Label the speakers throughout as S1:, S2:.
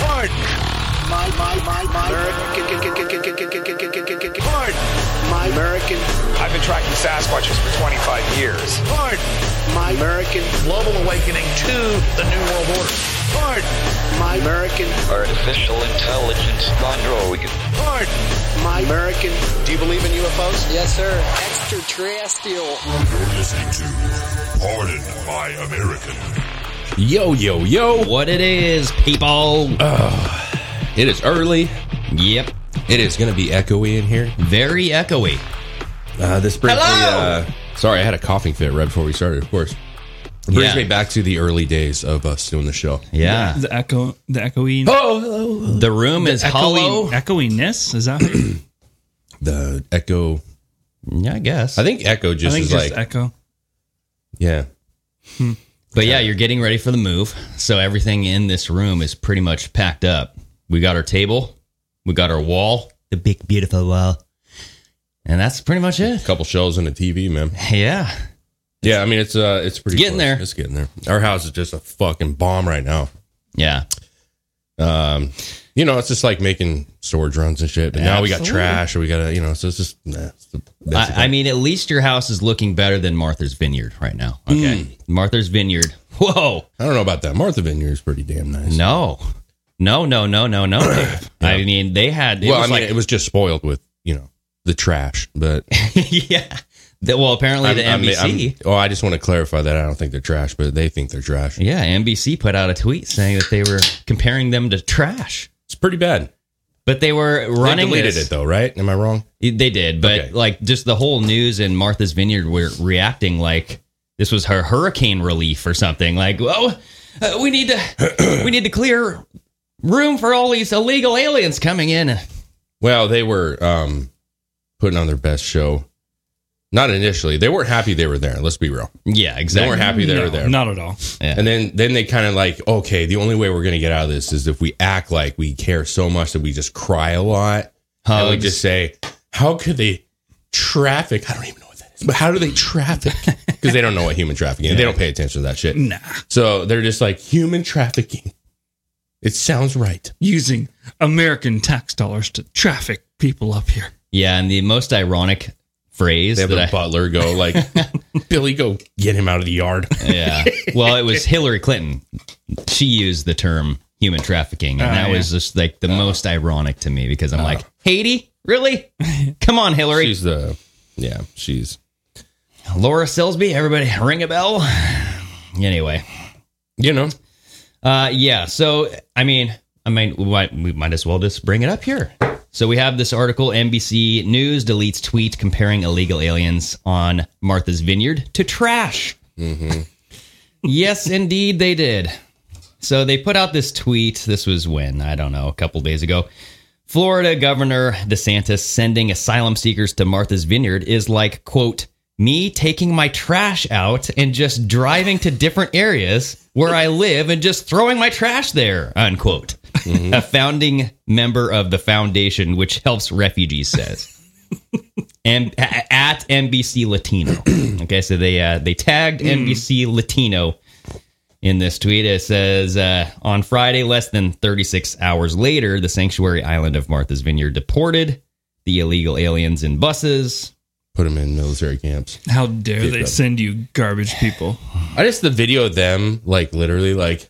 S1: Corn. My, my, my, my American corn. My American
S2: I've been tracking Sasquatches for 25 years.
S1: corn. My American
S3: global awakening to the New World Order.
S1: corn. My American
S4: Artificial intelligence gone rogue.
S1: corn. My American
S3: Do you believe in UFOs?
S5: Yes, sir. Extraterrestrial.
S6: You're listening to Pardon My American.
S7: Yo, yo, yo.
S8: What it is, people.
S7: It is early.
S8: Yep.
S7: It is going to be echoey in here.
S8: Very echoey.
S7: Uh, this brings
S8: Hello!
S7: me. Uh, sorry, I had a coughing fit right before we started, of course. Brings
S8: Yeah.
S7: me back to the early days of us doing the show.
S8: Yeah.
S9: The echo, the echoing,
S7: Oh, hello.
S8: The room is hollow.
S9: echoing, echoingness. Is that?
S7: The echo.
S8: Yeah, I guess.
S7: I think echo
S9: I
S7: just
S9: think
S7: is
S9: just
S7: like,
S9: echo.
S7: yeah.
S8: Hmm. But yeah, you're getting ready for the move. So everything in this room is pretty much packed up. We got our table, we got our wall, the big, beautiful wall. And that's pretty much
S7: A
S8: it.
S7: couple shelves and a TV, man.
S8: Yeah.
S7: Yeah, I mean it's uh it's pretty
S8: getting there.
S7: It's getting there. Our house is just a fucking bomb right now.
S8: Yeah.
S7: Um, you know, it's just like making storage runs and shit. But now we got
S8: Absolutely.
S7: trash, or we got to, you know, so it's just. Nah, it's the- that's the
S8: I, I mean, at least your house is looking better than Martha's Vineyard right now. Okay.
S7: Hmm.
S8: Martha's Vineyard. Whoa.
S7: I don't know about that. Martha Vineyard is pretty damn nice.
S8: No. No, no, no, no, no. I mean, they had. It
S7: well, I
S8: was
S7: mean,
S8: like,
S7: it was just spoiled with you know the trash, but
S8: yeah. The- well, apparently the
S7: I'm- I'm-
S8: NBC.
S7: I'm- oh, I just want to clarify that I don't think they're trash, but they think they're trash.
S8: yeah, NBC put out a tweet saying that they were comparing them to trash,
S7: It's pretty bad.
S8: but they were running.
S7: they deleted
S8: this-
S7: it though, right? Am I wrong?
S8: They did, but
S7: Okay.
S8: like just the whole news and Martha's Vineyard were reacting like this was her hurricane relief or something. Like, oh, uh, we need to we need to clear room for all these illegal aliens coming in.
S7: Well, they were um putting on their best show. Not initially, they weren't happy they were there. Let's be real.
S8: Yeah,
S7: They
S8: exactly.
S7: weren't happy they
S9: no,
S7: were there.
S9: Not at all.
S7: And then then they kind of like, okay, the only way we're gonna get out of this is if we act like we care so much that we just cry a lot. And we
S8: Hugs.
S7: just say, how could they traffic? I don't even know what that is, but how do they traffic? Because they don't know what human trafficking is. They don't pay attention to that shit.
S9: Nah.
S7: So they're just like, human trafficking. It sounds right.
S9: Using American tax dollars to traffic people up here.
S8: Yeah, and the most ironic phrase
S7: They have
S8: that
S7: their
S8: I,
S7: butler go like, Billy, go get him out of the yard.
S8: Yeah. Well, it was Hillary Clinton. She used the term human trafficking, and
S9: Oh,
S8: that
S9: yeah.
S8: was just like
S7: Uh-huh.
S8: the most ironic to me because I'm like, Haiti, really? Come on, Hillary.
S7: She's the, yeah, she's.
S8: Laura Silsby, everybody, ring a bell. Anyway,
S7: You know,
S8: uh, yeah. So I mean, I mean, we might, we might as well just bring it up here. So we have this article: NBC News deletes tweet comparing illegal aliens on Martha's Vineyard to trash. yes, indeed, they did. So they put out this tweet. This was when I don't know, a couple days ago. Florida Governor DeSantis sending asylum seekers to Martha's Vineyard is like, quote, me taking my trash out and just driving to different areas where I live and just throwing my trash there, unquote. A founding member of the foundation which helps refugees says. and a- at NBC Latino. okay, so they uh, they tagged NBC Latino in this tweet. It says uh, on Friday, less than 36 hours later, the sanctuary island of Martha's Vineyard deported the illegal aliens in buses.
S7: put him in military camps.
S9: How dare
S7: Big
S9: they
S7: brother.
S9: send you garbage people?
S7: I just, the video of them, like, literally, like,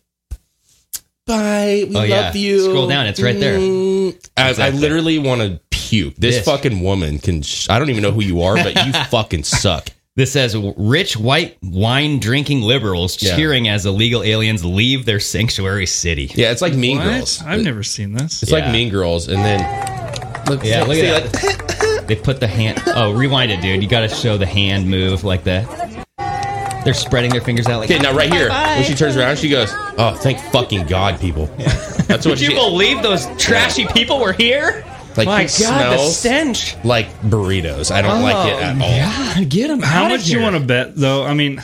S7: bye. We
S8: Oh,
S7: love
S8: yeah.
S7: you.
S8: Scroll down, it's right there.
S7: Mm. I, I
S8: Exactly.
S7: literally want to puke. This,
S8: This.
S7: fucking woman can, sh- I don't even know who you are, but you fucking suck.
S8: This says rich white wine drinking liberals
S7: Yeah.
S8: cheering as illegal aliens leave their sanctuary city.
S7: Yeah, it's like Mean
S9: What?
S7: Girls.
S9: I've never seen this.
S7: It's
S8: Yeah.
S7: like Mean Girls, and then look,
S8: Yeah, look
S7: see,
S8: at that. they put the hand. Oh, rewind it, dude. You got to show the hand move like that. They're spreading their fingers out like.
S7: Okay, now right here, when she turns around, she goes, "Oh, thank fucking God, people." That's what
S8: Would you
S7: she
S8: believe those trashy people were here?
S7: Like,
S8: My
S7: it
S8: God, the
S7: smells
S8: stench.
S7: like burritos. I don't like it
S8: Oh,
S7: at
S8: God,
S7: all.
S8: Ah, get them
S9: How much you want to bet, though? I mean,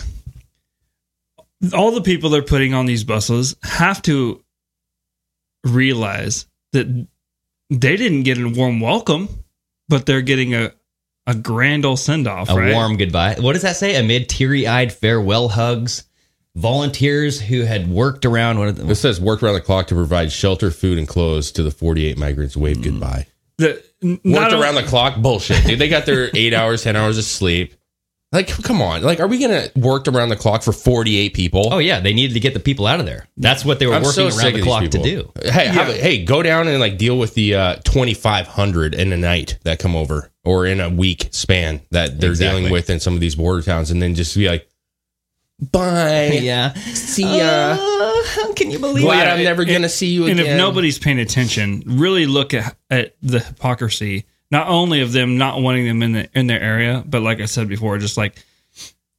S9: all the people they're putting on these buses have to realize that they didn't get a warm welcome, but they're getting a a grand old send off,
S8: A
S9: right?
S8: warm goodbye. What does that say? Amid teary eyed farewell hugs, volunteers who had worked around one of the
S7: It says worked around the clock to provide shelter, food, and clothes to the 48 migrants
S8: Hmm.
S7: waved goodbye.
S9: The, n-
S7: Worked
S9: not
S7: around
S9: only-
S7: the clock? Bullshit, dude. They got their eight hours, 10 hours of sleep. Like, come on. Like, are we going to worked around the clock for 48 people?
S8: Oh yeah, they needed to get the people out of there. That's what they were
S7: I'm so
S8: working
S7: sick
S8: around the
S7: of
S8: clock
S7: these
S8: to do.
S7: people. Hey, how about- hey, go down and like deal with the uh, 2,500 in a night that come over or in a week span that they're
S8: Exactly.
S7: dealing with in some of these border towns, and then just be like, bye,
S8: Yeah.
S7: see ya.
S8: how can you believe
S7: Glad
S9: yeah,
S7: I'm never
S9: and-
S7: gonna see you again.
S9: and if nobody's paying attention, really look at, at the hypocrisy, not only of them not wanting them in the in their area, but like I said before, just like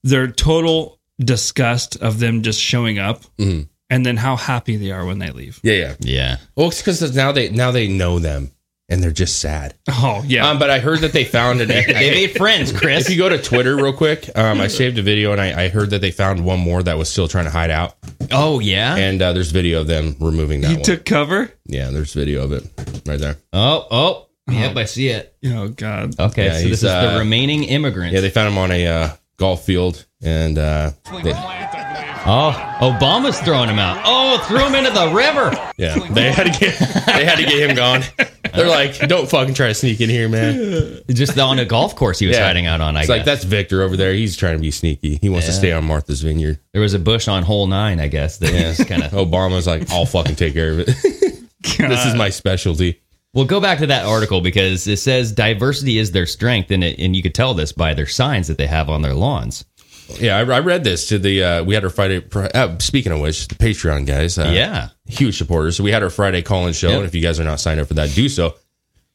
S9: their total disgust of them just showing up,
S7: Mhm.
S9: and then how happy they are when they leave.
S7: yeah, yeah.
S8: Yeah.
S7: Well, it's because now they now they know them and they're just sad.
S9: Oh yeah,
S7: Um, but I heard that they found an.
S8: They made friends, Chris.
S7: if you go to Twitter real quick, um, I saved a video and I, I heard that they found one more that was still trying to hide out,
S8: oh yeah.
S7: and uh, there's video of them removing that
S9: you
S7: one.
S9: took cover.
S7: yeah, there's video of it right there.
S8: oh, oh. Yep, I see it.
S9: Oh god,
S8: Okay,
S7: Uh-huh. Yeah,
S8: so this
S7: he's,
S8: is
S7: uh,
S8: the remaining immigrants.
S7: Yeah, they found him on a uh, golf field, and uh, they,
S8: oh, Obama's throwing him out. Oh, threw him into the river.
S7: yeah, they had to get they had to get him gone. They're like, don't fucking try to sneak in here, man.
S8: Just on a golf course he was
S7: Yeah.
S8: hiding out on. I
S7: It's
S8: guess
S7: like that's Victor over there. He's trying to be sneaky. He wants to stay on Martha's Vineyard.
S8: there was a bush on hole nine. I guess that yeah. kind of.
S7: Obama's like, I'll fucking take care of it. this is my specialty.
S8: Well, go back to that article because it says diversity is their strength, and it, and you could tell this by their signs that they have on their lawns.
S7: Yeah, I, I read this to the. Uh, we had our Friday. pri- Uh, speaking of which, the Patreon guys. Uh,
S8: yeah.
S7: huge supporters. So we had our Friday call-in show,
S8: Yep.
S7: and if you guys are not signed up for that, do so.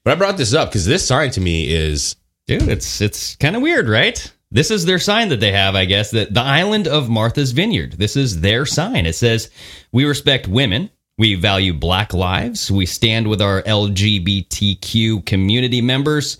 S7: But I brought this up because this sign to me is
S8: Dude, it's it's kind of weird, right? This is their sign that they have, I guess, that the island of Martha's Vineyard. This is their sign. It says, "We respect women. We value black lives. We stand with our LGBTQ community members.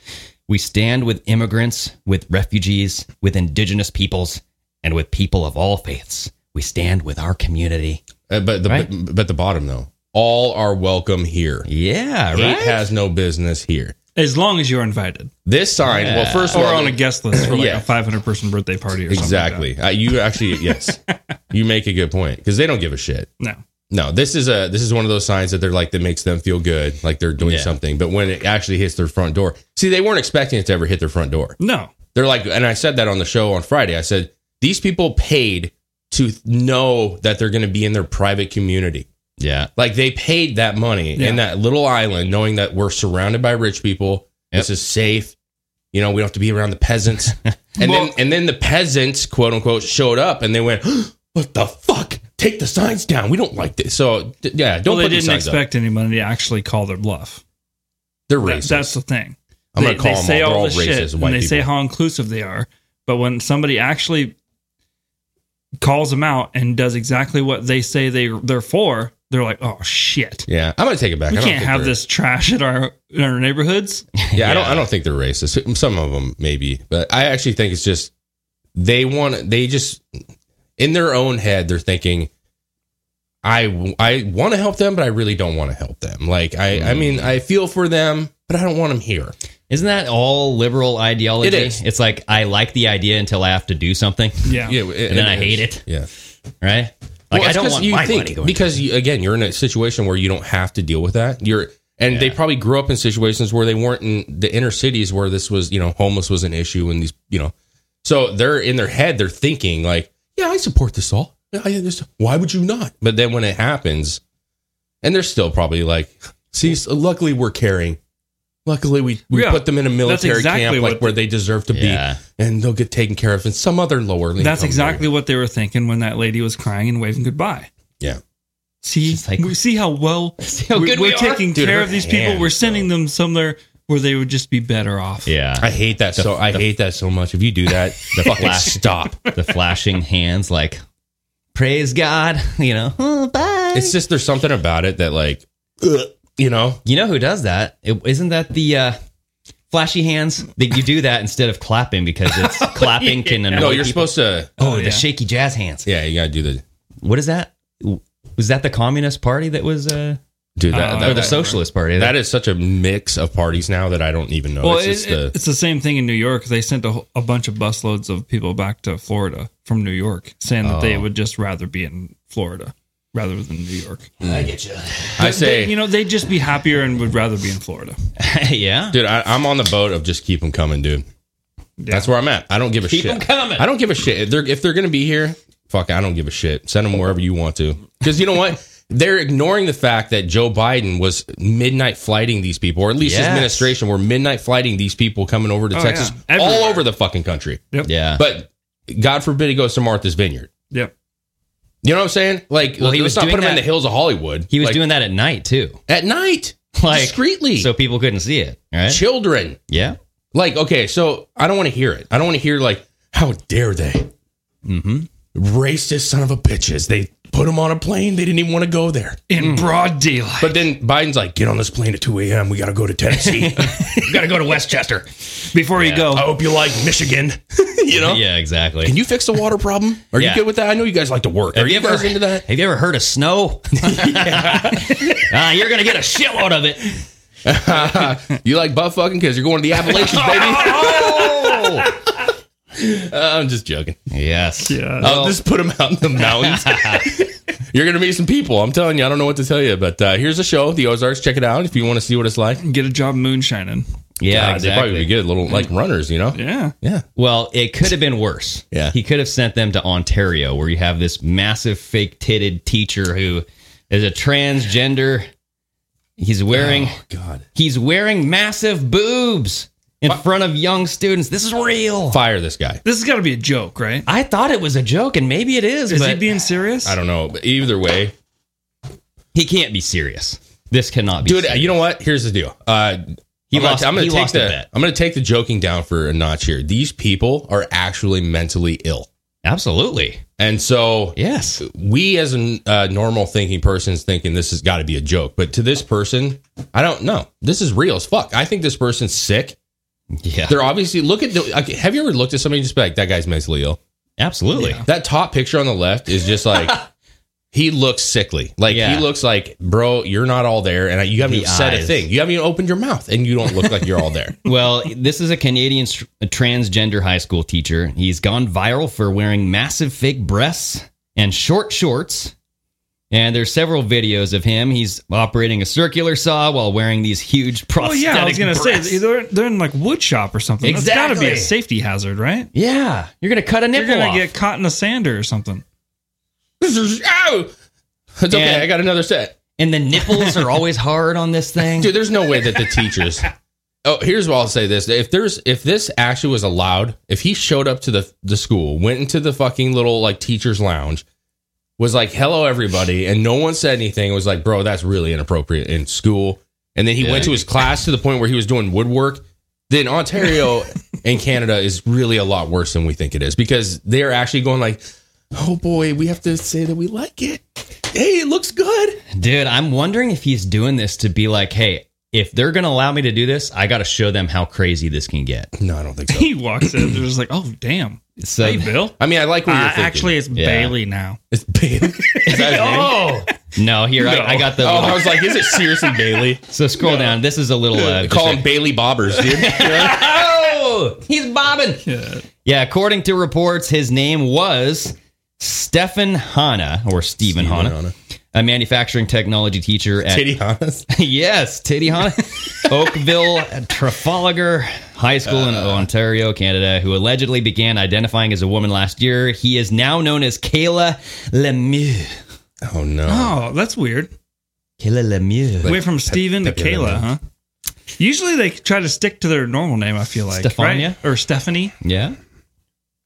S8: We stand with immigrants, with refugees, with indigenous peoples, and with people of all faiths. We stand with our community."
S7: Uh, but the
S8: Right.
S7: but, the bottom though, all are welcome here.
S8: Yeah,
S7: Hate
S8: right?
S7: has no business here.
S9: as long as you're invited
S7: This sign. Well, first of
S9: or
S7: all,
S9: on a guest list for like
S7: Yeah.
S9: a 500 person birthday party or something.
S7: exactly. Uh, you actually yes, you make a good point because they don't give a shit.
S9: Exactly.
S7: No, this is a this is one of those signs that they're like that makes them feel good, like they're doing
S8: Yeah.
S7: something. But when it actually hits their front door, see, they weren't expecting it to ever hit their front door.
S9: No, no.
S7: They're like, and I said that on the show on Friday. I said these people paid to know that they're going to be in their private community.
S8: Yeah.
S7: Like they paid that money
S9: Yeah.
S7: in that little island, knowing that we're surrounded by rich people. This is safe. You know, we don't have to be around the peasants. And then and then the peasants, quote unquote, showed up and they went, "What the fuck? Take the signs down. We don't like this." So th- yeah, don't
S9: well, they
S7: put these
S9: didn't
S7: signs up.
S9: expect anybody to actually call their bluff.
S7: They're
S9: That-
S7: racist.
S9: that's the thing.
S7: I'm
S9: they,
S7: gonna call
S9: they
S7: them
S9: say
S7: all.
S9: all,
S7: They're all
S9: this
S7: racist
S9: shit
S7: white
S9: and they say
S7: people.
S9: how inclusive they are, but when somebody actually calls them out and does exactly what they say they they're for, they're like, "Oh shit,
S7: yeah, I'm gonna take it back.
S9: we
S7: I don't
S9: can't
S7: think
S9: have
S7: they're-
S9: this trash in our in our neighborhoods."
S7: Yeah, I don't. I don't think they're racist. Some of them maybe, but I actually think it's just they want. They just in their own head, they're thinking, I I want to help them, but I really don't want to help them. Like I, I
S8: Mm.
S7: mean, I feel for them, but I don't want them here.
S8: Isn't that all liberal ideology?
S7: It is.
S8: It's like I like the idea until I have to do something.
S9: Yeah,
S7: Yeah,
S8: And then I hate it.
S7: Yeah,
S8: right? Like I don't want
S7: you
S8: my
S7: think
S8: money going.
S7: because you, again, you're in a situation where you don't have to deal with that. You're and they probably grew up in situations where they weren't in the inner cities where this was, you know, homeless was an issue and these, you know, so they're in their head, they're thinking like, yeah, I support this all. Yeah, I understand. Why would you not? But then when it happens, and they're still probably like, see, so luckily we're caring. Luckily, we, we
S9: Yeah.
S7: put them in a military
S9: exactly
S7: camp
S9: what
S7: like where they deserve to
S8: Yeah.
S7: be, and they'll get taken care of in some other lower.
S9: that's
S7: income
S9: exactly what they were thinking when that lady was crying and waving goodbye.
S7: area. Yeah.
S9: See,
S8: It's like-
S9: we see how well
S8: how
S9: we,
S8: good
S9: are
S8: we are?
S9: taking
S7: Dude,
S9: care
S7: her
S9: of these people.
S7: hands,
S9: we're sending them somewhere where they would just be better off.
S8: yeah,
S7: I hate that so. I hate that so much. If you do that, fucking
S8: flash-
S7: stop.
S8: the flashing hands, like praise God, you know. Oh, bye.
S7: It's just there's something about it that like, ugh, you know,
S8: you know who does that? It, isn't that the uh, flashy hands that you do that instead of clapping because it's clapping can annoy.
S7: Oh, no, you're
S8: people.
S7: supposed to.
S8: Oh, the shaky jazz hands.
S7: Yeah, you gotta do the.
S8: What is that? Was that the Communist Party that was? Uh,
S7: Dude, that,
S9: Uh,
S7: that-
S8: or the
S7: that-
S8: Socialist Party.
S7: that is such a mix of parties now that I don't even know.
S8: Well,
S7: it's just
S8: it-
S7: the,
S9: It's the same thing in New York. They sent a, whole- a bunch of busloads of people back to Florida from New York, saying that they
S7: Oh.
S9: would just rather be in Florida rather than New York.
S7: I
S9: They-
S7: say,
S9: they- you know, they'd just be happier and would rather be in Florida.
S8: yeah.
S7: dude, I, I'm on the boat of just keep them coming, dude. That's where I'm at. I don't give a
S8: Keep
S7: shit.
S8: 'em coming.
S7: I don't give a shit. If they're if they're gonna be here, fuck, I don't give a shit. Send them wherever you want to. Because you know what? They're ignoring the fact that Joe Biden was midnight flighting these people, or at least his
S8: Yes.
S7: administration were midnight flighting these people coming over to
S9: Oh,
S7: Texas
S9: yeah.
S7: all
S9: Everywhere.
S7: over the fucking country.
S8: Yeah.
S7: But God forbid he goes to Martha's Vineyard.
S9: Yep.
S7: You know what I'm saying? Like,
S8: Well, he was
S7: let's not put
S8: doing
S7: him in
S8: that-
S7: the hills of Hollywood.
S8: he was
S7: Like,
S8: doing that at night too.
S7: at night,
S8: Like,
S7: discreetly.
S8: So people couldn't see it. Right.
S7: children.
S8: yeah.
S7: Like, okay, so I don't want to hear it. I don't want to hear like, how dare they?
S8: Mm-hmm.
S7: Racist son of a bitches. They put him on a plane. They didn't even want to go there.
S9: In broad daylight.
S7: But then Biden's like, get on this plane at 2 a.m. We got to go to Tennessee.
S8: You got to go to Westchester.
S9: Before you go,
S7: I hope you like Michigan. you know?
S8: Yeah, exactly.
S7: Can you fix the water problem? Are
S8: Yeah.
S7: you good with that? I know you guys like to work. Are
S8: Have
S7: you,
S8: you ever-
S7: guys into that?
S8: Have you ever heard of snow? Ah, you're gonna get a shitload of it.
S7: You like butt fucking because you're going to the Appalachians, baby? Uh, I'm just joking.
S8: Yes.
S9: Yeah.
S7: I'll just put them out in the mountains. You're gonna meet some people. I'm telling you, I don't know what to tell you, but uh, here's a show, The Ozarks. Check it out if you want to see what it's like.
S9: get a job moonshining.
S8: Yeah.
S7: God, they'd
S8: exactly. Mm.
S7: probably be good, little like runners, you know.
S9: Yeah.
S7: Yeah,
S8: Well, it could have been worse.
S7: Yeah.
S8: He could have sent them to Ontario where you have this massive fake titted teacher who is a transgender. He's wearing
S7: God,
S8: he's wearing massive boobs in front of young students. This is real.
S7: fire this guy.
S9: This has got to be a joke, right?
S8: I thought it was a joke and maybe it is,
S9: Is
S8: but
S9: he being serious?
S7: I don't know, but either way,
S8: he can't be serious. This cannot be
S7: dude.
S8: serious.
S7: You know what? Here's the deal. Uh,
S8: He
S7: I'm gonna-
S8: lost-
S7: I'm gonna
S8: he
S7: take
S8: lost a
S7: the
S8: bet.
S7: I'm gonna take the joking down for a notch here. These people are actually mentally ill,
S8: Absolutely.
S7: and so
S8: Yes.
S7: we as a uh, normal thinking person is thinking this has got to be a joke but to this person i don't know this is real as fuck i think this person's sick
S8: Yeah.
S7: they're obviously look at the like, have you ever looked at somebody and just be like that guy's mentally ill
S8: Absolutely.
S7: that top picture on the left is just like he looks sickly like
S8: Yeah.
S7: he looks like bro you're not all there and you haven't
S8: The
S7: even said a
S8: eyes.
S7: thing you haven't even opened your mouth and you don't look like you're all there
S8: Well, this is a Canadian str- a transgender high school teacher. He's gone viral for wearing massive fake breasts and short shorts. And there's several videos of him. He's operating a circular saw while wearing these huge
S9: Oh
S8: prosthetic.
S9: yeah, I was gonna
S8: breasts.
S9: say they're, they're in like wood shop or something. It's got to be a
S8: Exactly.
S9: safety hazard, right?
S8: Yeah, you're gonna cut a
S9: You're
S8: nipple
S9: gonna
S8: off.
S9: get caught in a sander or something.
S7: this is ow it's okay
S8: And-
S7: i got another set
S8: and the nipples are always hard on this thing.
S7: dude there's no way that the teachers oh here's what i'll say this if there's if this actually was allowed if he showed up to the the school went into the fucking little like teachers lounge was like hello everybody and no one said anything it was like bro that's really inappropriate in school and then he went to his class to the point where he was doing woodwork then ontario and canada is really a lot worse than we think it is because they're actually going like oh boy we have to say that we like it hey it looks good
S8: Dude, I'm wondering if he's doing this to be like, hey, if they're gonna allow me to do this, I gotta show them how crazy this can get.
S7: no i don't think so
S9: He walks in, they're just like, "Oh damn,
S8: So
S9: hey Bill."
S7: i mean i like what you're
S9: Uh,
S7: thinking.
S9: actually, it's
S8: Yeah.
S9: Bailey now.
S7: It's Bailey. Is that his name?
S8: Oh no! Here I, I got the.
S7: Oh,
S8: little-
S7: I was like, is it seriously Bailey?
S8: so scroll down. This is a little. Uh,
S7: They
S8: just
S7: call
S8: a-
S7: him Bailey Bobbers, dude.
S8: Oh, he's bobbing. Yeah. according to reports, his name was Stefan Hanna or Stephen Hanna,
S7: Hanna.
S8: a manufacturing technology teacher at
S7: Titty Hannes.
S8: yes, Titty Hanna, Oakville Trafalgar High School in Ontario, Canada, who allegedly began identifying as a woman last year. He is now known as Kayla Lemieux.
S7: Oh no.
S9: Oh, that's weird.
S8: Kayla Lemieux.
S9: Went from Steven to
S7: Pepe
S9: Kayla,
S7: Lemon.
S9: huh? Usually they try to stick to their normal name. I feel like
S8: Stefania?
S9: right? or Stephanie.
S8: Yeah.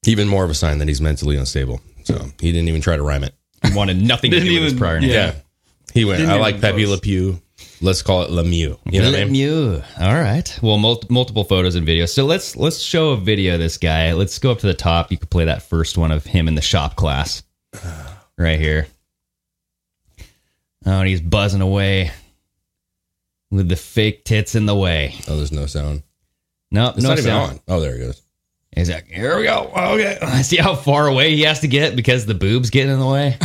S7: Even more of a sign that he's mentally unstable. So he didn't even try to rhyme it.
S8: Wanted nothing to
S9: Didn't
S8: do with his
S9: even-
S8: prior name.
S9: Yeah.
S7: He went,
S9: Didn't
S7: I
S9: even
S7: like Pepe Le
S9: close.
S7: Pew. Let's call it Lemieux. You know what I mean?
S8: Lemieux. All right. Well, mul- multiple photos and videos. So let's let's show a video of this guy. Let's go up to the top. You could play that first one of him in the shop class, right here. Oh, and he's buzzing away with the fake tits in the way.
S7: Oh, there's no sound.
S8: Nope,
S7: It's
S8: no
S7: not even
S8: sound.
S7: on. Oh, there it goes.
S8: Oh, He's like, here we go. Okay, I see how far away he has to get because the boobs get in the way.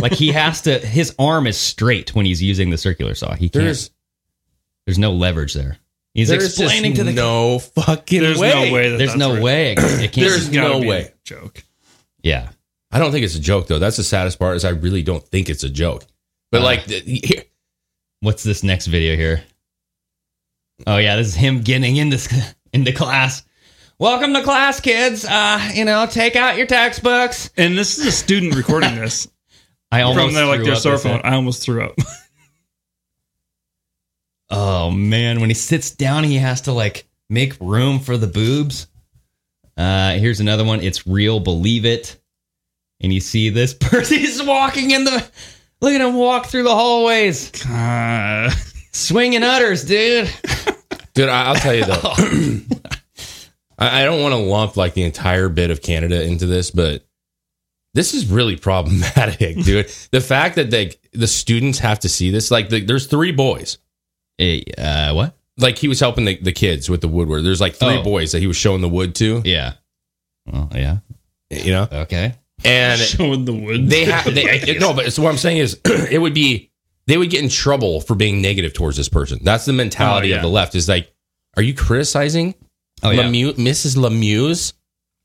S8: like he has to, his arm is straight when he's using the circular saw. He can't. There's,
S7: There's
S8: no leverage there. He's
S7: there's
S8: explaining
S7: just
S8: to the.
S7: no fucking
S9: There's
S7: way.
S9: no way. That
S8: there's
S9: that's
S8: no
S9: real.
S8: way. It, it can't.
S7: There's
S9: It's gotta
S7: no
S9: be a
S7: way.
S9: Joke.
S8: yeah.
S7: I don't think it's a joke though. That's the saddest part is I really don't think it's a joke. But
S8: Uh.
S7: like the, here,
S8: What's this next video here? Oh yeah, this is him getting in this into class. Welcome to class, kids. Uh, you know, take out your textbooks.
S9: And this is a student recording this
S8: I almost
S9: from their like
S8: threw
S9: their
S8: up,
S9: cell
S8: isn't it?
S9: phone. I almost threw up.
S8: Oh man, when he sits down, he has to like make room for the boobs. Uh, here's another one. It's real, believe it. And you see this person he's walking in the. Look at him walk through the hallways,
S9: Uh,
S8: swinging udders, dude.
S7: dude, I, I'll tell you though. I, I don't want to lump like the entire bit of Canada into this, but this is really problematic, dude. the fact that they the students have to see this, like the, there's three boys.
S8: Hey, uh, what?
S7: Like he was helping the, the kids with the woodwork. There's like three
S8: Oh.
S7: boys that he was showing the wood to,
S8: Yeah. Oh yeah.
S7: you know,
S8: Okay.
S7: and
S9: showing the wood.
S7: they have they, it- no but so what i'm saying is it would be they would get in trouble for being negative towards this person that's the mentality
S9: Oh, yeah.
S7: of the left is like are you criticizing
S8: Oh yeah.
S7: Lemieux, mrs lemieux's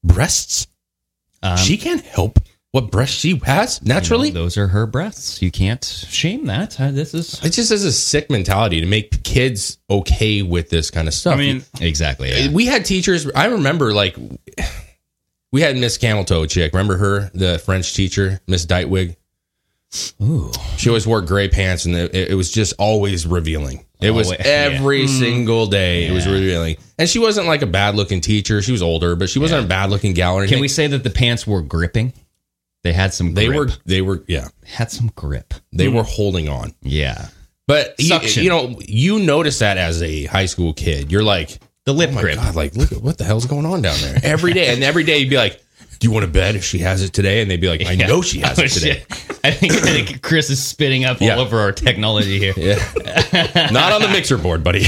S7: breasts
S8: Um,
S7: she can't help what breasts she has naturally
S8: you know, those are her breasts. You can't shame that. Uh, this is
S7: it just is a sick mentality to make kids okay with this kind of stuff
S9: I mean,
S8: exactly. yeah.
S7: we had teachers i remember like we had miss cameltoe chick remember her the french teacher miss Ditwig.
S8: Ooh.
S7: She always wore gray pants, and it, it was just always revealing. It was
S8: Always, yeah.
S7: every
S8: Mm.
S7: single day. It was revealing, and she wasn't like a bad looking teacher. She was older, but she wasn't a bad looking gal or anything.
S8: Can we say that the pants were gripping? They had some.
S7: They
S8: grip.
S7: were, they were, yeah,
S8: had some grip.
S7: they were holding on.
S8: Yeah.
S7: But you,
S8: Suction.
S7: you know, you notice that as a high school kid, you're like,
S8: The lip
S7: oh my
S8: grip.
S7: god, like look at what the hell's going on down there every day, and every day you'd be like, do you want to bet if she has it today? And they'd be like, I know she has
S8: Oh,
S7: it today.
S8: shit. I think, I think Chris is spitting up
S7: Yeah.
S8: all over our technology here.
S7: Yeah, not on the mixer board, buddy.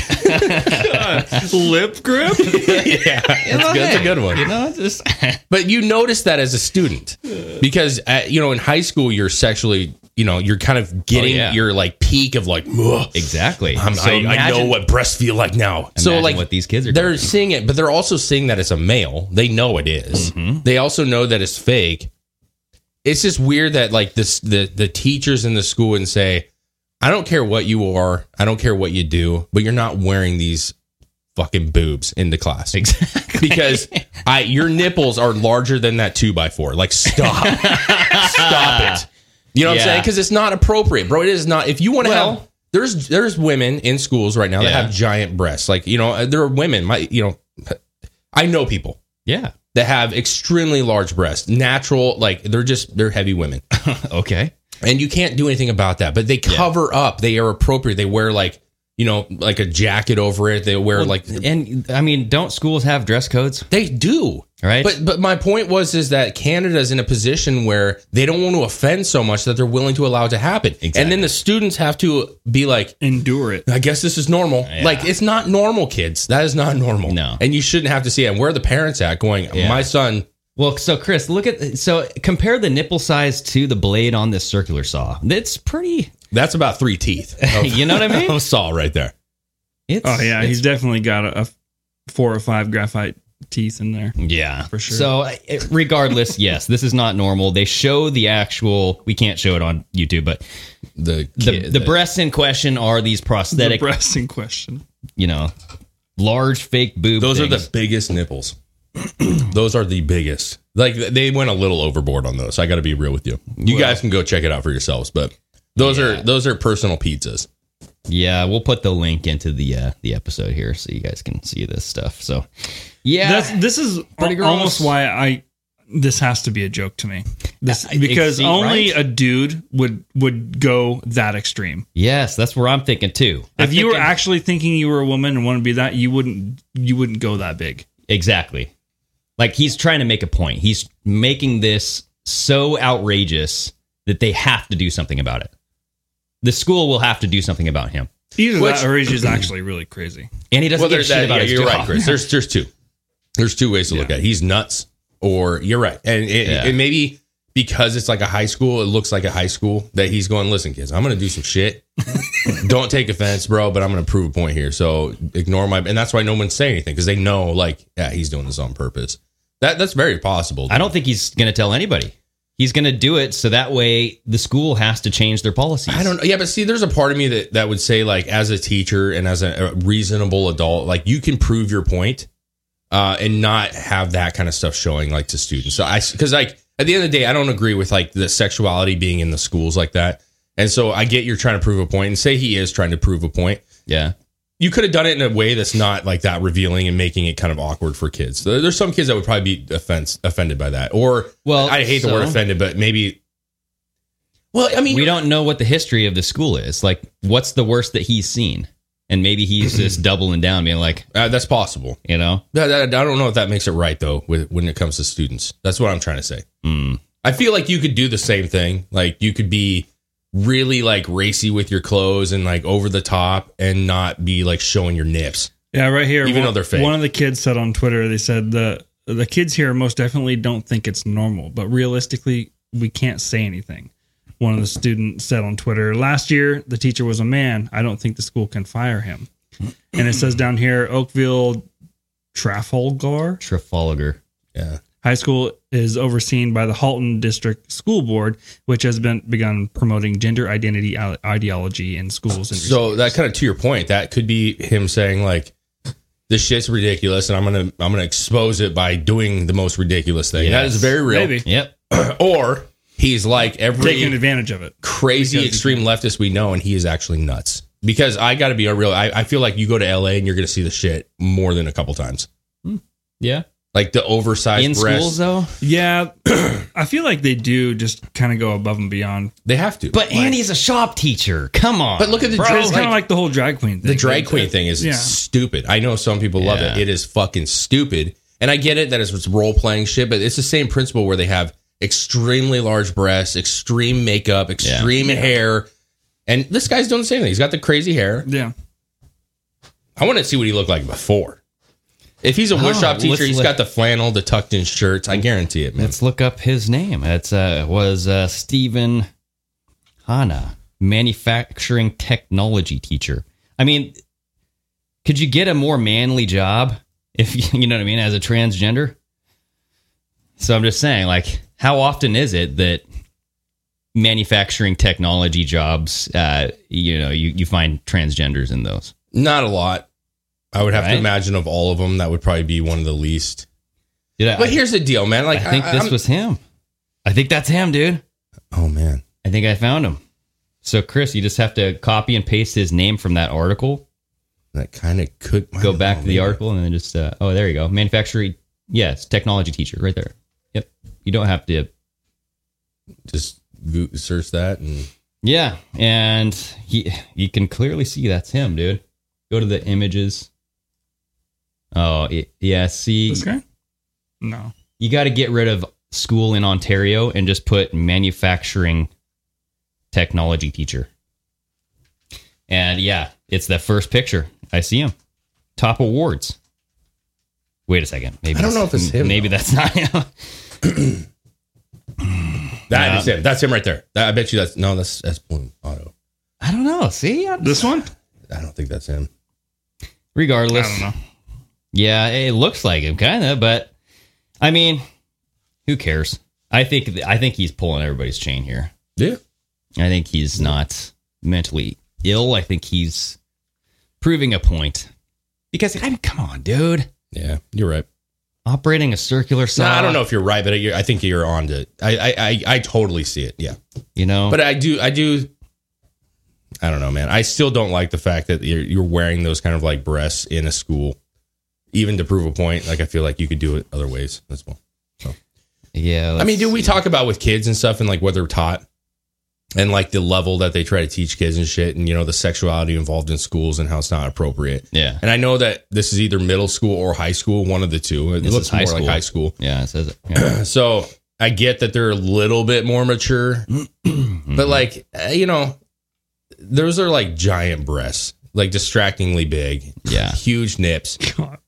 S9: lip grip.
S7: yeah, that's good. That's a good one.
S8: You know, it's just
S7: But you notice that as a student because uh you know in high school you're sexually you know you're kind of getting
S8: Oh, yeah.
S7: your like peak of like "Ugh,
S8: exactly.
S7: I'm, I, I know what breasts feel like now. So
S8: imagine
S7: like
S8: what these kids are.
S7: they're
S8: doing.
S7: seeing it, but they're also seeing that it's a male. They know it is.
S8: Mm-hmm.
S7: They also know that it's fake. It's just weird that like this the the teachers in the school and say, I don't care what you are, I don't care what you do, but you're not wearing these fucking boobs into class
S8: Exactly.
S7: because I your nipples are larger than that two by four. Like stop, stop it. You know what
S8: Yeah.
S7: I'm saying? Because it's not appropriate, bro. It is not. If you want to
S8: Well-
S7: have, there's there's women in schools right now that
S8: Yeah.
S7: have giant breasts. Like you know, uh, there are women. My you know, I know people
S8: yeah.
S7: that have extremely large breasts, natural. Like they're just they're heavy women,
S8: Okay.
S7: and you can't do anything about that. But they cover up. They are appropriate. They wear like you know like a jacket over it. They wear like
S8: and I mean, don't schools have dress codes?
S7: they do.
S8: Right.
S7: But but my point was is that Canada's in a position where they don't want to offend so much that they're willing to allow it to happen. And then the students have to be like,
S9: Endure it.
S7: I guess this is normal.
S8: Yeah.
S7: Like it's not normal, kids. That is not normal.
S8: No.
S7: And you shouldn't have to see it. And where are the parents at going,
S8: Yeah.
S7: My son
S8: Well, so Chris, look at so compare the nipple size to the blade on this circular saw. It's pretty.
S7: that's about three teeth. of-
S8: You know what I mean?
S7: of saw right there.
S8: It's,
S9: Oh yeah,
S8: it's-
S9: he's definitely got a, a four or five graphite teeth in there.
S8: yeah,
S9: for sure.
S8: So uh, it- regardless, yes, this is not normal. They show the actual. We can't show it on YouTube, but
S7: The
S8: the
S7: kid-
S8: the breasts in question are these
S9: The
S8: prosthetic,
S9: breast in question.
S8: you know, large fake boob.
S7: those are
S8: things.
S7: the biggest nipples. those are the biggest. Like they went a little overboard on those. I gotta be real with you. You guys can go check it out for yourselves, but those are those are personal pizzas.
S8: yeah. We'll put the link into the uh, the episode here so you guys can see this stuff. So yeah,
S9: That's this is
S8: Pretty gross.
S9: almost why I this has to be a joke to me. This
S8: Uh,
S9: because
S8: see,
S9: only
S8: right?
S9: a dude would would go that extreme.
S8: yes, that's where I'm thinking too.
S9: If you were
S8: thinking-
S9: actually thinking you were a woman and wanted to be that, you wouldn't you wouldn't go that big.
S8: Exactly. Like he's trying to make a point. He's making this so outrageous that they have to do something about it. The school will have to do something about him.
S9: Either
S7: Which-
S9: that or he's just actually really crazy.
S8: And he doesn't
S7: well,
S8: give a
S7: there's
S8: shit
S7: that.
S8: about
S7: Yeah,
S8: his
S7: you're
S8: job.
S7: right, Chris. There's there's two. There's two ways to look at it. He's nuts, or you're right, and it,
S8: Yeah.
S7: it maybe because it's like a high school, it looks like a high school that he's going, listen, kids, I'm going to do some shit. Don't take offense, bro, but I'm going to prove a point here. So ignore my, and that's why no one's saying anything because they know, like, yeah, he's doing this on purpose. That That's very possible.
S8: I don't think he's going to tell anybody. He's going to do it so that way the school has to change their policies.
S7: I don't know. Yeah, but see, there's a part of me that, that would say, like, as a teacher and as a, a reasonable adult, like, you can prove your point uh, and not have that kind of stuff showing, like, to students. So I, because, like, at the end of the day, I don't agree with, like, the sexuality being in the schools like that. And so I get you're trying to prove a point and say he is trying to prove a point.
S8: Yeah.
S7: You could have done it in a way that's not like that revealing and making it kind of awkward for kids. There- There's some kids that would probably be offense, offended by that. Or,
S8: Well,
S7: I hate the word
S8: so-
S7: offended, but maybe. Well, I mean,
S8: We don't know what the history of the school is. Like, what's the worst that he's seen? And maybe he's just doubling down, being like,
S7: uh, that's possible.
S8: you know,
S7: That, that- I don't know if that makes it right though. With when it comes to students, that's what I'm trying to say.
S8: Hmm.
S7: I feel like you could do the same thing. Like you could be really like racy with your clothes and like over the top, and not be like showing your nips.
S9: Yeah, right here.
S7: Even
S9: one,
S7: though they're fake.
S9: One of the kids said on Twitter, they said the the kids here most definitely don't think it's normal, but realistically, we can't say anything. One of the students said on Twitter last year, the teacher was a man. I don't think the school can fire him. And it says down here, Oakville Trafalgar
S8: Trafalgar.
S7: Yeah,
S9: High School is overseen by the Halton District School Board, which has been begun promoting gender identity ide- ideology in schools. And
S7: So that kind of to your point, that could be him saying like, "This shit's ridiculous," and I'm gonna I'm gonna expose it by doing the most ridiculous thing. That
S8: Yes.
S7: is very real.
S9: Maybe.
S8: Yep.
S7: Or he's like every
S9: taking advantage of it.
S7: crazy
S9: Because-
S7: extreme leftist we know, and he is actually nuts. Because I got to be real, I, I feel like you go to LA and you're going to see the shit more than a couple times.
S8: Yeah.
S7: Like the oversized
S8: In
S7: breasts.
S8: schools, though.
S9: Yeah, I feel like they do just kind of go above and beyond.
S7: they have to.
S8: But Andy's a shop teacher. Come on.
S7: but look at the
S9: Bro,
S7: drag,
S9: it's kind of like the whole drag queen thing.
S7: the drag queen thing is
S9: Yeah.
S7: stupid. I know some people love it.
S8: Yeah.
S7: It is fucking stupid, and I get it that it's role playing shit, but it's the same principle where they have extremely large breasts, extreme makeup, extreme hair, and this guy's doing the same thing. He's got the crazy hair.
S9: Yeah.
S7: I want to see what he looked like before. If he's a woodshop
S8: Oh, let's
S7: teacher, he's
S8: look.
S7: got the flannel, the tucked in shirts. I guarantee it, man.
S8: Let's look up his name. It's uh was uh Stephen Hanna, manufacturing technology teacher. I mean, could you get a more manly job if you you know what I mean as a transgender? So I'm just saying, like, how often is it that manufacturing technology jobs, uh, you know, you, you find transgenders in those?
S7: Not a lot. I would have to
S8: Right.
S7: imagine of all of them, that would probably be one of the least.
S8: Did I,
S7: But here's the deal, man.
S8: I
S7: Like
S8: think this
S7: I'm-
S8: was him. I think that's him, dude.
S7: Oh man,
S8: I think I found him. So Chris, you just have to copy and paste his name from that article.
S7: that kind of could
S8: Go back to the article and then just uh, oh, there you go. Manufacturing, yes, technology teacher, right there. Yep. You don't have to.
S7: Just go- search that, and
S8: Yeah, and he you can clearly see that's him, dude. Go to the images. Oh it, yeah, see,
S9: This guy? No.
S8: you got to get rid of school in Ontario and just put manufacturing technology teacher. And yeah, it's the first picture. I see him. Top awards. Wait a second. Maybe
S7: I don't know
S8: that's-
S7: if it's him,
S8: Maybe
S7: though.
S8: that's not him.
S7: that is him. That's him right there. That- I bet you that's no, that's that's Bloom Auto.
S8: I don't know. See, I-
S9: This one?
S7: I don't think that's him.
S8: regardless,
S9: I don't know.
S8: Yeah, it looks like him, kind of. But I mean, who cares? I think I think he's pulling everybody's chain here.
S7: Yeah,
S8: I think he's not mentally ill. I think he's proving a point. Because I mean, come on, dude.
S7: yeah, you're right.
S8: Operating a circular saw.
S7: No, I don't know if you're right, but you're, I think you're on to. it. I, I I I totally see it. Yeah.
S8: You know,
S7: But uh, I do, I do. I don't know, man. I still don't like the fact that you're, you're wearing those kind of like breasts in a school, even to prove a point. Like I feel like you could do it other ways as well.
S8: yeah.
S7: I mean, do we talk about with kids and stuff and like what they're taught and like the level that they try to teach kids and shit and you know the sexuality involved in schools and how it's not appropriate.
S8: Yeah,
S7: And I know that this is either middle school or high school, one of the two. It
S8: This
S7: looks
S8: is high
S7: more
S8: school.
S7: like high school.
S8: yeah. It says it. Yeah.
S7: So I get that they're a little bit more mature,
S8: Mm-hmm.
S7: but like uh, you know, those are like giant breasts, like distractingly big,
S8: Yeah.
S7: huge nips,
S9: God.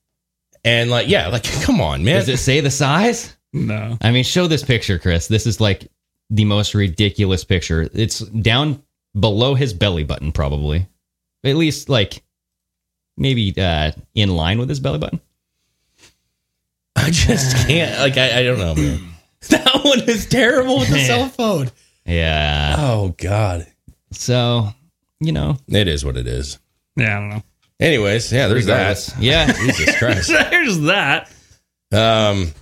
S7: and like yeah, like come on, man.
S8: Does it say the size?
S9: No.
S8: I mean, show this picture, Chris. This is like the most ridiculous picture. It's down below his belly button, probably. At least like maybe uh, in line with his belly button.
S7: I just can't. Like I, I don't know, man. that one is terrible with the cell phone.
S8: Yeah.
S7: Oh God,
S8: So, you know.
S7: it is what it is.
S9: Yeah, I don't know.
S7: Anyways, yeah, there's
S8: regardless.
S7: that.
S8: Yeah.
S7: Jesus Christ.
S9: There's that.
S7: Um,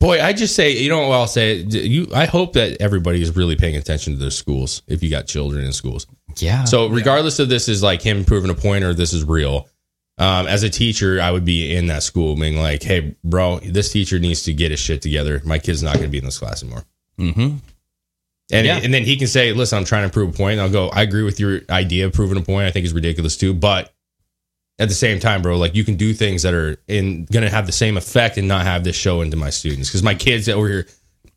S7: boy, I just say you know what I'll say. D- You, I hope that everybody is really paying attention to their schools. If you got children in schools,
S8: Uh, Yeah.
S7: so regardless of this is like him proving a point or this is real. Um, as a teacher, I would be in that school being like, "Hey, bro, this teacher needs to get his shit together. My kid's not going to be in this class anymore."
S8: mm-hmm.
S7: And,
S8: Yeah.
S7: and then he can say, listen, I'm trying to prove a point. And I'll go, I agree with your idea of proving a point. I think it's ridiculous too. But at the same time, bro, like you can do things that are in going to have the same effect and not have this show into my students. Because my kids over here,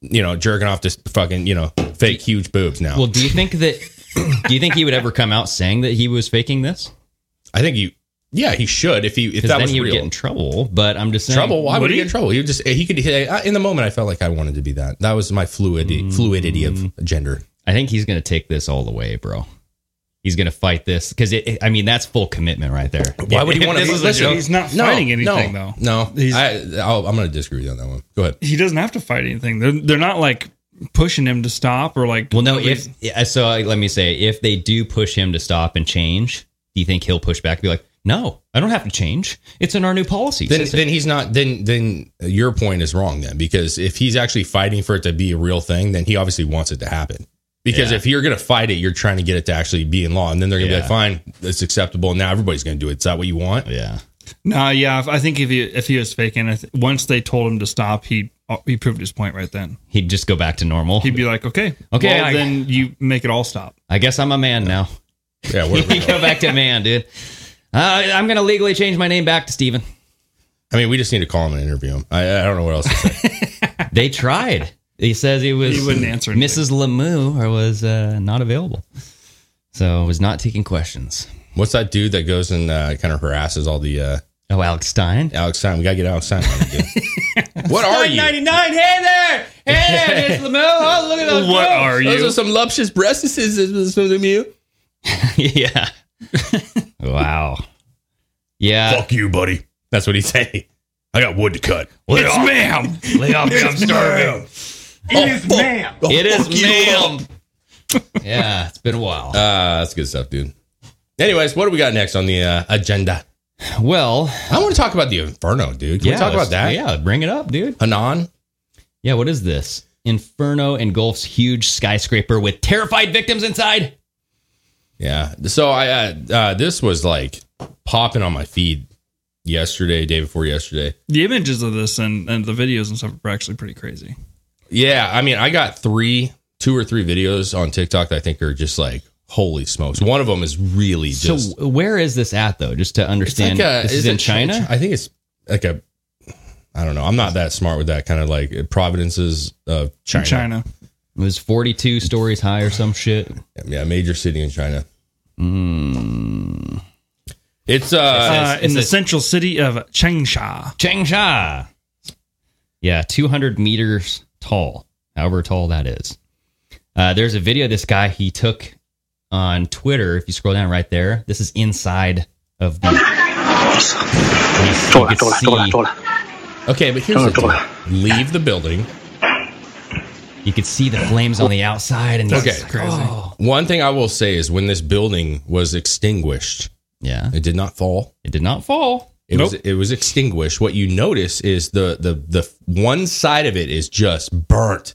S7: you know, jerking off this fucking, you know, fake huge boobs now.
S8: Well, do you think that do you think he would ever come out saying that he was faking this?
S7: I think you, yeah, he should if he, if
S8: Because
S7: that
S8: then
S7: was
S8: he would
S7: real.
S8: get in trouble. But I'm just saying
S7: trouble. Why would,
S9: Would
S7: he
S9: he?
S7: get in trouble? He would just, he could, he, I- in the moment, I felt like I wanted to be that. That was my fluidity,
S9: Mm.
S7: fluidity of gender.
S8: I think he's going to take this all the way, bro. He's going to fight this because it, it- I mean, that's full commitment right there.
S7: Why would he want to
S9: this
S7: be?
S9: is a joke- He's not fighting anything,
S7: no,
S9: though.
S7: No,
S9: He's-
S7: I, I'll, I'm going to disagree with you on that one. Go ahead.
S9: He doesn't have to fight anything. They're they're not like pushing him to stop or like.
S8: Well, no, if yeah, so, I- let me say, if they do push him to stop and change, do you think he'll push back and be like, "No, I don't have to change. It's in our new policy."
S7: Then, then he's not. Then, then your point is wrong. Then, because if he's actually fighting for it to be a real thing, then he obviously wants it to happen. Because
S8: Yeah.
S7: if you're going to fight it, you're trying to get it to actually be in law, and then they're going to
S8: Yeah.
S7: be like, "Fine, it's acceptable." And now everybody's going to do it. Is that what you want?
S8: yeah,
S9: Nah, yeah, if- I think if he if he was faking, I th- once they told him to stop, he uh, he proved his point right then.
S8: he'd just go back to normal.
S9: He'd be like, okay,
S8: Okay,
S9: well,
S8: I-
S9: then you make it all stop.
S8: I guess I'm a man now.
S7: Yeah, where are we
S8: He'd go
S7: going?
S8: back to man, dude. Uh, I'm gonna legally change my name back to Steven.
S7: I mean, we just need to call him and interview him. I, I don't know what else. to say.
S8: They tried. He says he was.
S9: He wouldn't answer anything.
S8: Mrs. Lemieux or was uh, not available, so was not taking questions.
S7: What's that dude that goes and uh, kind of harasses all the uh,
S8: Oh, Alex Stein.
S7: Alex Stein? We got to get Alex Stein. on again. what are you?
S8: 99. Hey there. Hey there, Miss Lemieux. Oh, look at those.
S9: What are
S7: Those
S9: you?
S7: are some luscious breasts. Is this from you?
S8: yeah. wow. Yeah.
S6: Fuck you, buddy.
S7: That's what he'd say.
S6: I got wood to cut.
S9: It's ma'am.
S8: Lay off me. I'm starving. It is ma'am. yeah, it's been a while.
S7: Uh, that's good stuff, dude. Anyways, what do we got next on the uh, agenda?
S8: well,
S7: I want to talk about the Inferno, dude. Can
S8: yeah,
S7: we talk
S8: let's-
S7: about that?
S8: Yeah, bring it up, dude.
S7: Anon.
S8: Yeah, what is this? Inferno engulfs huge skyscraper with terrified victims inside.
S7: Yeah. So I uh, uh, this was like popping on my feed yesterday, day before yesterday.
S9: The images of this and, and the videos and stuff are actually pretty crazy.
S7: Yeah, I mean, I got three, two or three videos on TikTok that I think are just like holy smokes. One of them is really just
S8: so where is this at though? Just to understand,
S7: It's like a-
S8: this
S7: is
S8: is
S7: it
S8: in China.
S7: Ch- I think it's like a. I don't know. I'm not that smart with that kind of like providences of China.
S9: China. China.
S8: It was 42 stories high or some shit.
S7: Yeah, major city in China. Hmm. It's uh,
S9: Uh,
S8: It's-
S9: in the
S8: it's a-
S9: central city of Changsha.
S8: Changsha. Yeah, 200 meters tall, however tall that is. Uh, there's a video of this guy he took on Twitter. If you scroll down right there, this is inside of the. You can see-
S7: okay, but here's the thing. leave the building.
S8: You could see the flames on the outside, and
S7: Okay. Oh.
S8: crazy.
S7: One thing I will say is when this building was extinguished,
S8: yeah,
S7: it did not fall.
S8: it did not fall.
S7: It was it was extinguished. What you notice is the the the one side of it is just burnt.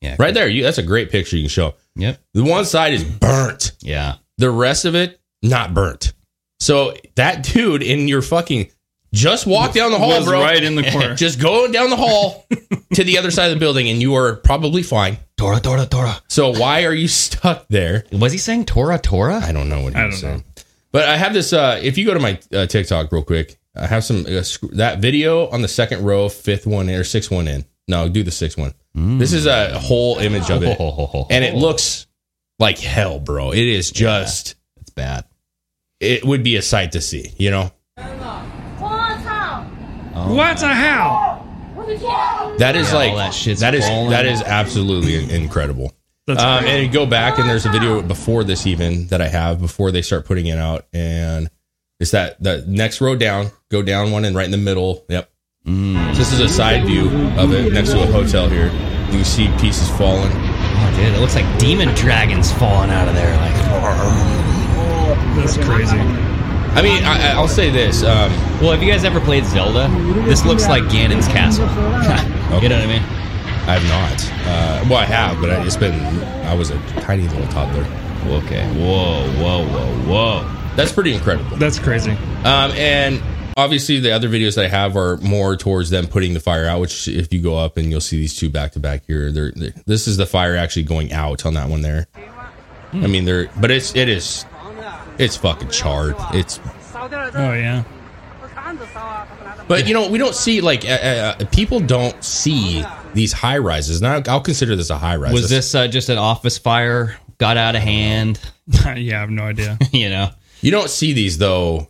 S8: Yeah,
S7: Right there, you that's a great picture you can show.
S8: Yep.
S7: The one side is burnt.
S8: Yeah.
S7: The rest of it not burnt. So that dude in your fucking just walk down the hall,
S9: was
S7: bro.
S9: right in the corner.
S7: just go down the hall to the other side of the building, and you are probably fine.
S8: Tora, Tora, Tora.
S7: So why are you stuck there?
S8: Was he saying Tora, Tora?
S7: I don't know what
S9: I
S7: he was
S9: don't know.
S7: saying. But I have this. Uh, if you go to my uh, TikTok real quick, I have some uh, sc- that video on the second row, fifth one in or sixth one in. No, do the sixth one.
S8: Mm.
S7: This is a whole image of
S8: Oh.
S7: it, and it looks like hell, bro. It is just.
S8: It's bad.
S7: It would be a sight to see, you know.
S9: Oh. What the hell?
S10: What
S7: That is
S8: Yeah, all
S7: like
S8: that shit's
S7: that is
S8: falling.
S7: that is absolutely incredible.
S9: That's
S7: um, and go back and there's a video before this even that I have before they start putting it out, and it's that the next row down, go down one and right in the middle. Yep.
S8: Mm.
S7: So this is a side view of it next to a hotel here. You see pieces falling.
S8: Oh, dude, it looks like demon dragons falling out of there. Like,
S9: That's crazy.
S7: I mean, I, I- I'll say this. Um,
S8: well, have you guys ever played Zelda? This looks like Ganon's castle. You know what I mean?
S7: I have not. Uh, well, I have, but I, it's been. I was a tiny little toddler.
S8: Okay. Whoa, whoa, whoa, whoa.
S7: That's pretty incredible.
S9: That's crazy.
S7: Um, and obviously, the other videos that I have are more towards them putting the fire out. Which, if you go up and you'll see these two back to back here, they're, they're- this is the fire actually going out on that one there. I mean, they're but it's it is it's fucking charred. It's
S9: Oh yeah.
S7: but you know we don't see like uh, uh, uh, people don't see these high rises. Now I'll consider this a high rise.
S8: Was this uh, just an office fire? Got out of hand?
S9: yeah, I have no idea.
S8: you know?
S7: You don't see these though.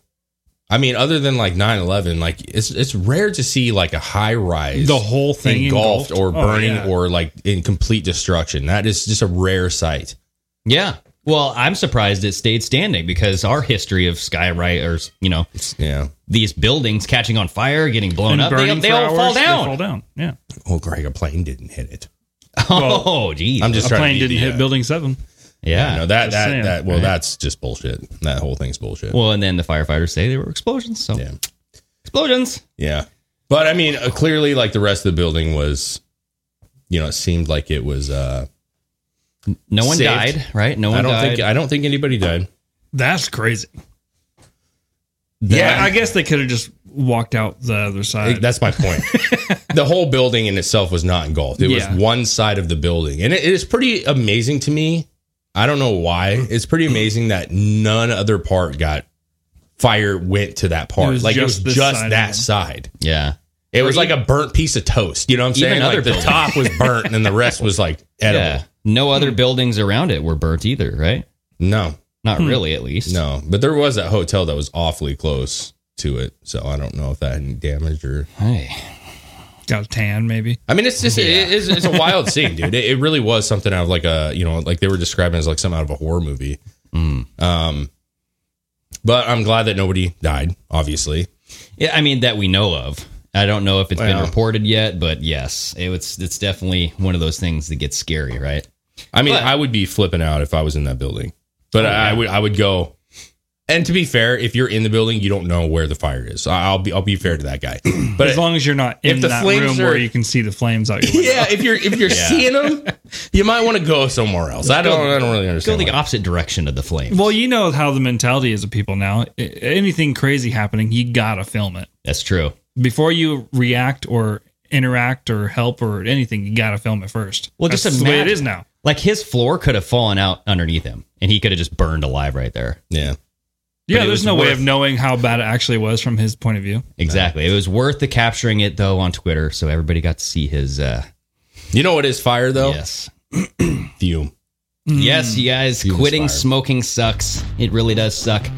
S7: I mean, other than like 9-11, like it's it's rare to see like a high rise,
S9: The whole thing
S7: engulfed, or
S9: engulfed? Oh,
S7: burning
S9: yeah.
S7: or like in complete destruction. That is just a rare sight.
S8: Yeah. Well, I'm surprised it stayed standing because our history of skywriters, you know,
S7: Yeah.
S8: these buildings catching on fire, getting blown
S9: And
S8: up, they,
S9: burning
S8: they
S9: for
S8: all fall
S9: hours,
S8: down.
S9: They fall down. Yeah.
S7: Oh, Greg, a plane didn't hit it.
S8: Oh, geez.
S7: I'm just
S9: a
S7: trying. to
S9: plane
S7: be
S9: didn't
S7: the,
S9: hit
S7: uh,
S9: Building Seven.
S8: yeah.
S7: No, that
S9: Just
S7: that
S9: saying,
S7: that. Well,
S9: right?
S7: that's just bullshit. That whole thing's bullshit.
S8: Well, and then the firefighters say they were explosions. So
S7: yeah.
S8: explosions.
S7: Yeah. But I mean, uh, clearly, like the rest of the building was, you know, it seemed like it was. uh
S8: No one
S7: Saved.
S8: died, right? No one
S7: I don't
S8: died.
S7: think I don't think anybody died.
S9: That's crazy.
S8: Then-
S9: Yeah, I guess they could have just walked out the other side.
S7: It- that's my point. the whole building in itself was not engulfed. It
S9: Yeah.
S7: was one side of the building, and it- it is pretty amazing to me. I don't know why. It's pretty amazing that none other part got fire went to that part.
S9: was
S7: like it was
S9: just this
S7: just
S9: side
S7: that
S9: of it. e-
S7: side.
S8: yeah.
S7: It was like a burnt piece of toast. You know what I'm
S8: Even
S7: saying?
S8: other
S7: Like the
S8: buildings.
S7: top was burnt, and the rest was like edible.
S8: Yeah. No other buildings around it were burnt either, right?
S7: No,
S8: Not really, at least.
S7: no. But there was that hotel that was awfully close to it, so I don't know if that had any damage or
S8: Hey.
S9: Got a tan, maybe.
S7: I mean, it's just it is, it's a wild scene, dude. It, it really was something out of like a you know like they were describing it as like something out of a horror movie. Um, but I'm glad that nobody died. Obviously,
S8: Yeah, I mean that we know of. I don't know if it's been
S7: Well.
S8: reported yet, but yes, it was. It's definitely one of those things that gets scary, right?
S7: I mean,
S8: But-
S7: I would be flipping out if I was in that building. But I, I would I would go. And to be fair, if you're in the building, you don't know where the fire is. I- I'll be I'll be fair to that guy. But
S9: as long as you're not in
S7: if the
S9: that
S7: flames
S9: room
S7: are-
S9: where you can see the flames out your window.
S7: yeah, if you're if you're seeing them, you might want to go somewhere else. I don't I don't really
S8: Go
S7: understand.
S8: the
S7: why.
S8: opposite direction of the flame.
S9: Well, you know how the mentality is of people now. I- Anything crazy happening, you gotta film it
S8: That's true.
S9: before you react or interact or help or anything. You gotta film it first.
S8: Well, just
S9: That's the way it
S8: imagine-
S9: is now.
S8: Like his floor could have fallen out underneath him, and he could have just burned alive right there.
S7: yeah.
S9: Yeah,
S8: it
S9: there's
S8: was
S9: no way
S8: worth-
S9: of knowing how bad it actually was from his point of view.
S8: Exactly. It was worth the capturing it though on Twitter, so everybody got to see his. uh
S7: You know what is fire though?
S8: Yes.
S7: Fume.
S8: Yes, you guys,
S7: Fumes
S8: quitting
S7: fire.
S8: smoking sucks. It really does suck.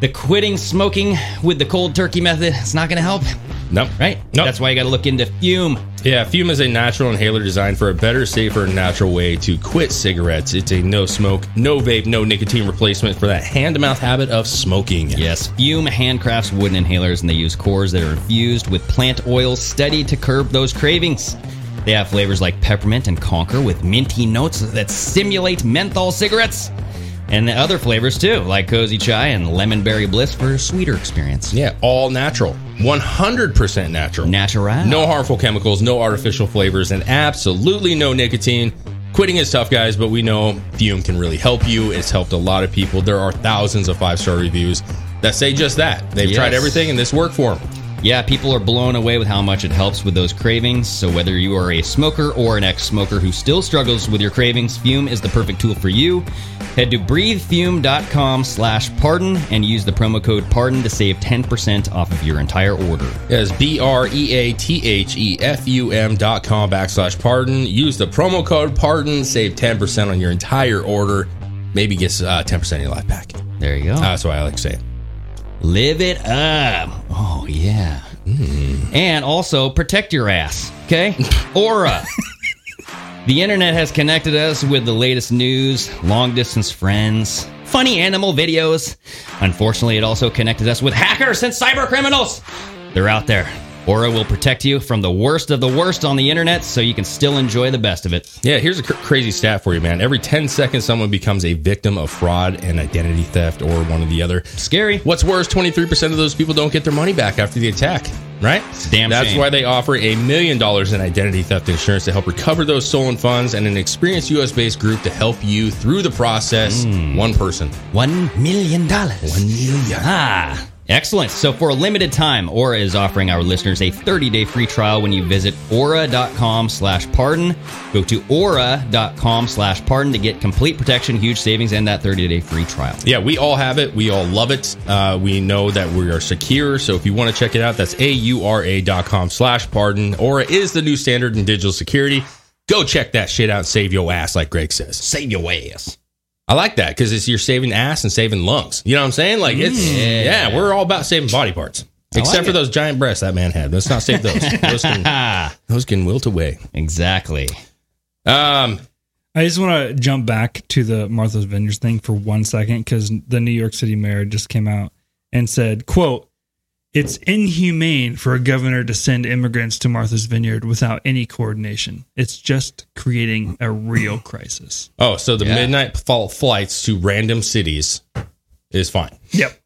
S8: The quitting smoking with the cold turkey method, it's not going to help,
S7: Nope.
S8: right?
S7: Nope.
S8: That's why you got to look into fume.
S7: Yeah, Fume is a natural inhaler designed for a better, safer, natural way to quit cigarettes. It's a no smoke, no vape, no nicotine replacement for that hand to mouth habit of smoking.
S8: Yes, Fume handcrafts wooden inhalers and they use cores that are infused with plant oils studied to curb those cravings. They have flavors like peppermint and conker with minty notes that simulate menthol cigarettes. And the other flavors too, like cozy chai and lemon berry bliss for a sweeter experience.
S7: Yeah, all natural. 100% natural.
S8: Natural.
S7: No harmful chemicals, no artificial flavors, and absolutely no nicotine. Quitting is tough, guys, but we know Fume can really help you. It's helped a lot of people. There are thousands of five star reviews that say just that. They've
S8: Yes.
S7: tried everything and this worked for them.
S8: Yeah, people are blown away with how much it helps with those cravings. So, whether you are a smoker or an ex smoker who still struggles with your cravings, Fume is the perfect tool for you. Head to breathefume.com slash pardon and use the promo code pardon to save 10% off of your entire order.
S7: Yes, B R E A T H E F U M dot com backslash pardon. Use the promo code pardon, save 10% on your entire order. Maybe gets uh, 10% of your life Uh, back.
S8: There you go.
S7: Uh, that's what I like saying.
S8: Live it up. Oh, yeah. And also protect your ass, okay? Aura. the internet has connected us with the latest news, long distance friends, funny animal videos. Unfortunately, it also connected us with hackers and cyber criminals. They're out there. Aura will protect you from the worst of the worst on the internet so you can still enjoy the best of it.
S7: Yeah, here's a cr- crazy stat for you, man. Every 10 seconds, someone becomes a victim of fraud and identity theft or one or the other.
S8: Scary.
S7: What's worse, 23% of those people don't get their money back after the attack, right?
S8: damn
S7: That's
S8: shame.
S7: why they offer a million dollars in identity theft insurance to help recover those stolen funds and an experienced US based group to help you through the process.
S8: Hmm.
S7: One person.
S8: One million dollars. One million. Ah. Excellent. So for a limited time, Aura is offering our listeners a 30-day free trial when you visit aura.com slash pardon. Go to aura.com slash pardon to get complete protection, huge savings, and that 30-day free trial.
S7: Yeah, we all have it. We all love it. Uh, we know that we are secure. So if you want to check it out, that's aura.com slash pardon. Aura is the new standard in digital security. Go check that shit out and save your ass, like Greg says.
S8: Save your ass.
S7: I like that because it's you're saving ass and saving lungs. You know what I'm saying? Like it's yeah, we're all about saving body parts. Except
S8: Mm. like
S7: for
S8: it.
S7: those giant breasts that man had. Let's not save those. those, can,
S8: Ah,
S7: those can wilt away.
S8: exactly.
S7: Um,
S9: I just want to jump back to the Martha's Vineyards thing for one second because the New York City mayor just came out and said, "quote It's inhumane for a governor to send immigrants to Martha's Vineyard without any coordination. It's just creating a real crisis."
S7: oh, so the
S8: Yeah.
S7: midnight fall flights to random cities is fine.
S9: Yep,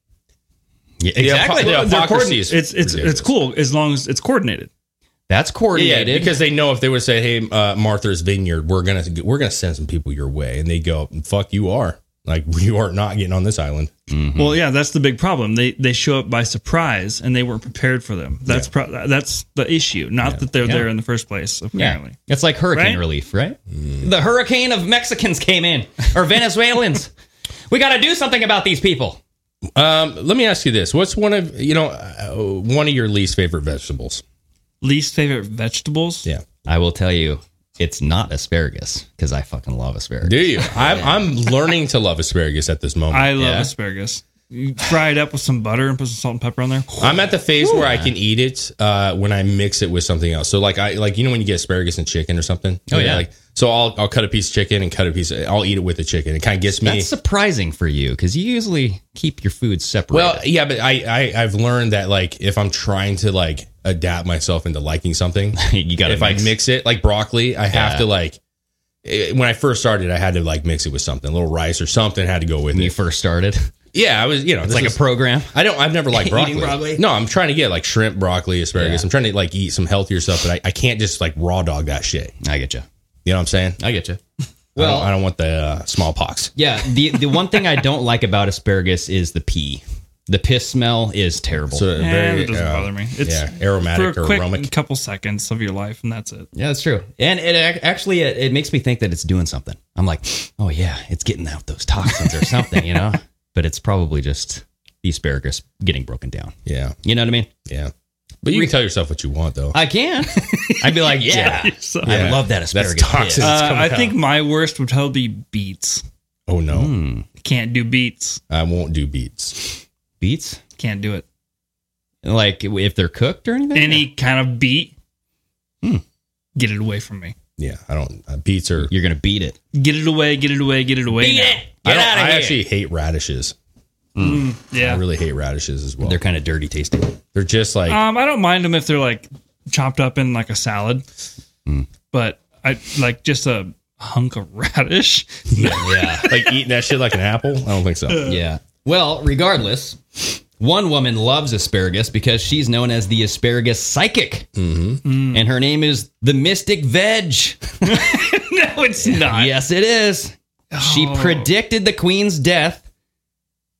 S8: Yeah,
S7: The
S8: exactly.
S7: apo- the hypocrisy is
S9: it's it's
S7: ridiculous.
S9: it's cool as long as it's coordinated.
S8: That's
S7: Yeah,
S8: coordinated.
S7: because they know if they would say, "Hey, uh, Martha's Vineyard, we're gonna we're gonna send some people your way," and they go, "Fuck, you are like you are not getting on this island."
S9: Well, yeah, that's the big problem. They they show up by surprise and they weren't prepared for them. That's pro- that's the issue. Not that they're there in the first place. Apparently,
S8: Yeah. It's like hurricane
S9: Right?
S8: relief, right? The hurricane of Mexicans came in, or Venezuelans. we got to do something about these people.
S7: Um, let me ask you this: What's one of you know uh, one of your least favorite vegetables?
S9: least favorite vegetables.
S7: Yeah,
S8: I will tell you, it's not asparagus because I fucking love asparagus.
S7: do you? I'm I'm learning to love asparagus at this moment.
S9: I love
S8: Yeah.
S9: asparagus. You fry it up with some butter and put some salt and pepper on there.
S7: I'm at the phase where I can eat it uh, when I mix it with something else. So like I like you know when you get asparagus and chicken or something.
S8: Oh, yeah.
S7: Like so I'll I'll cut a piece of chicken and cut a piece. Of, I'll eat it with the chicken. It kind of gets me.
S8: That's surprising for you because you usually keep your food separate.
S7: Well, yeah, but I, I I've learned that like if I'm trying to like adapt myself into liking something,
S8: you got
S7: if I mix it like broccoli, I have
S8: Yeah.
S7: to like eh, when I first started, I had to like mix it with something, a little rice or something had to go with
S8: when you
S7: it.
S8: first started.
S7: Yeah, I was, you know,
S8: It's like a program.
S7: I don't. I've never liked
S8: Eating
S7: broccoli.
S8: broccoli?
S7: No, I'm trying to get like shrimp, broccoli, asparagus. I'm trying to like eat some healthier stuff, but I, I can't just like raw dog that shit.
S8: I get you.
S7: You know what I'm saying?
S8: I get you.
S7: I
S8: Well,
S7: don't, I don't want the uh, smallpox.
S8: yeah. The the one thing I don't like about asparagus is the pee. The piss smell is terrible.
S7: So
S9: Eh,
S7: very,
S9: that doesn't
S7: uh,
S9: bother me. It's
S7: yeah,
S9: for a
S7: aromatic or
S9: quick
S7: aromatic.
S9: couple seconds of your life, and that's it.
S8: Yeah, that's true. And it ac- actually it, it makes me think that it's doing something. I'm like, oh yeah, it's getting out those toxins or something, you know. But it's probably just the asparagus getting broken down.
S7: Yeah,
S8: You know what I mean?
S7: yeah. But you can tell yourself what you want though.
S8: I can. I'd be like, yeah,
S9: So,
S8: I
S7: Yeah.
S8: love that asparagus.
S7: toxic.
S8: piss.
S9: uh,
S7: coming
S9: I think my worst would probably be beets.
S7: Oh no,
S9: Can't do beets.
S7: I won't do beets.
S8: Beets,
S9: Can't do it.
S8: like if they're cooked or anything.
S9: Any kind of beet,
S7: Hmm.
S9: get it away from me.
S7: Yeah, I don't. Uh, beets are.
S8: you're gonna beat it.
S9: Get it away. Get it away. Get it away. now.
S7: I, don't,
S8: outta
S7: I
S8: here.
S7: actually hate radishes. I
S9: Yeah.
S7: really hate radishes as well.
S8: They're
S7: They're,
S8: kind of dirty tasting.
S7: just like
S9: Um, I don't mind them if they're like chopped up in like a salad,
S7: Hmm.
S9: but I like just a hunk of radish.
S8: Yeah.
S7: like eating that shit like an apple. I don't think
S9: Uh.
S7: so.
S8: Yeah. Well, regardless, one woman loves asparagus because she's known as the asparagus psychic.
S7: Mm-hmm.
S9: Mm.
S8: And her name is the Mystic Veg.
S9: no, it's not.
S8: Yes, it is. She
S9: Oh.
S8: predicted the queen's death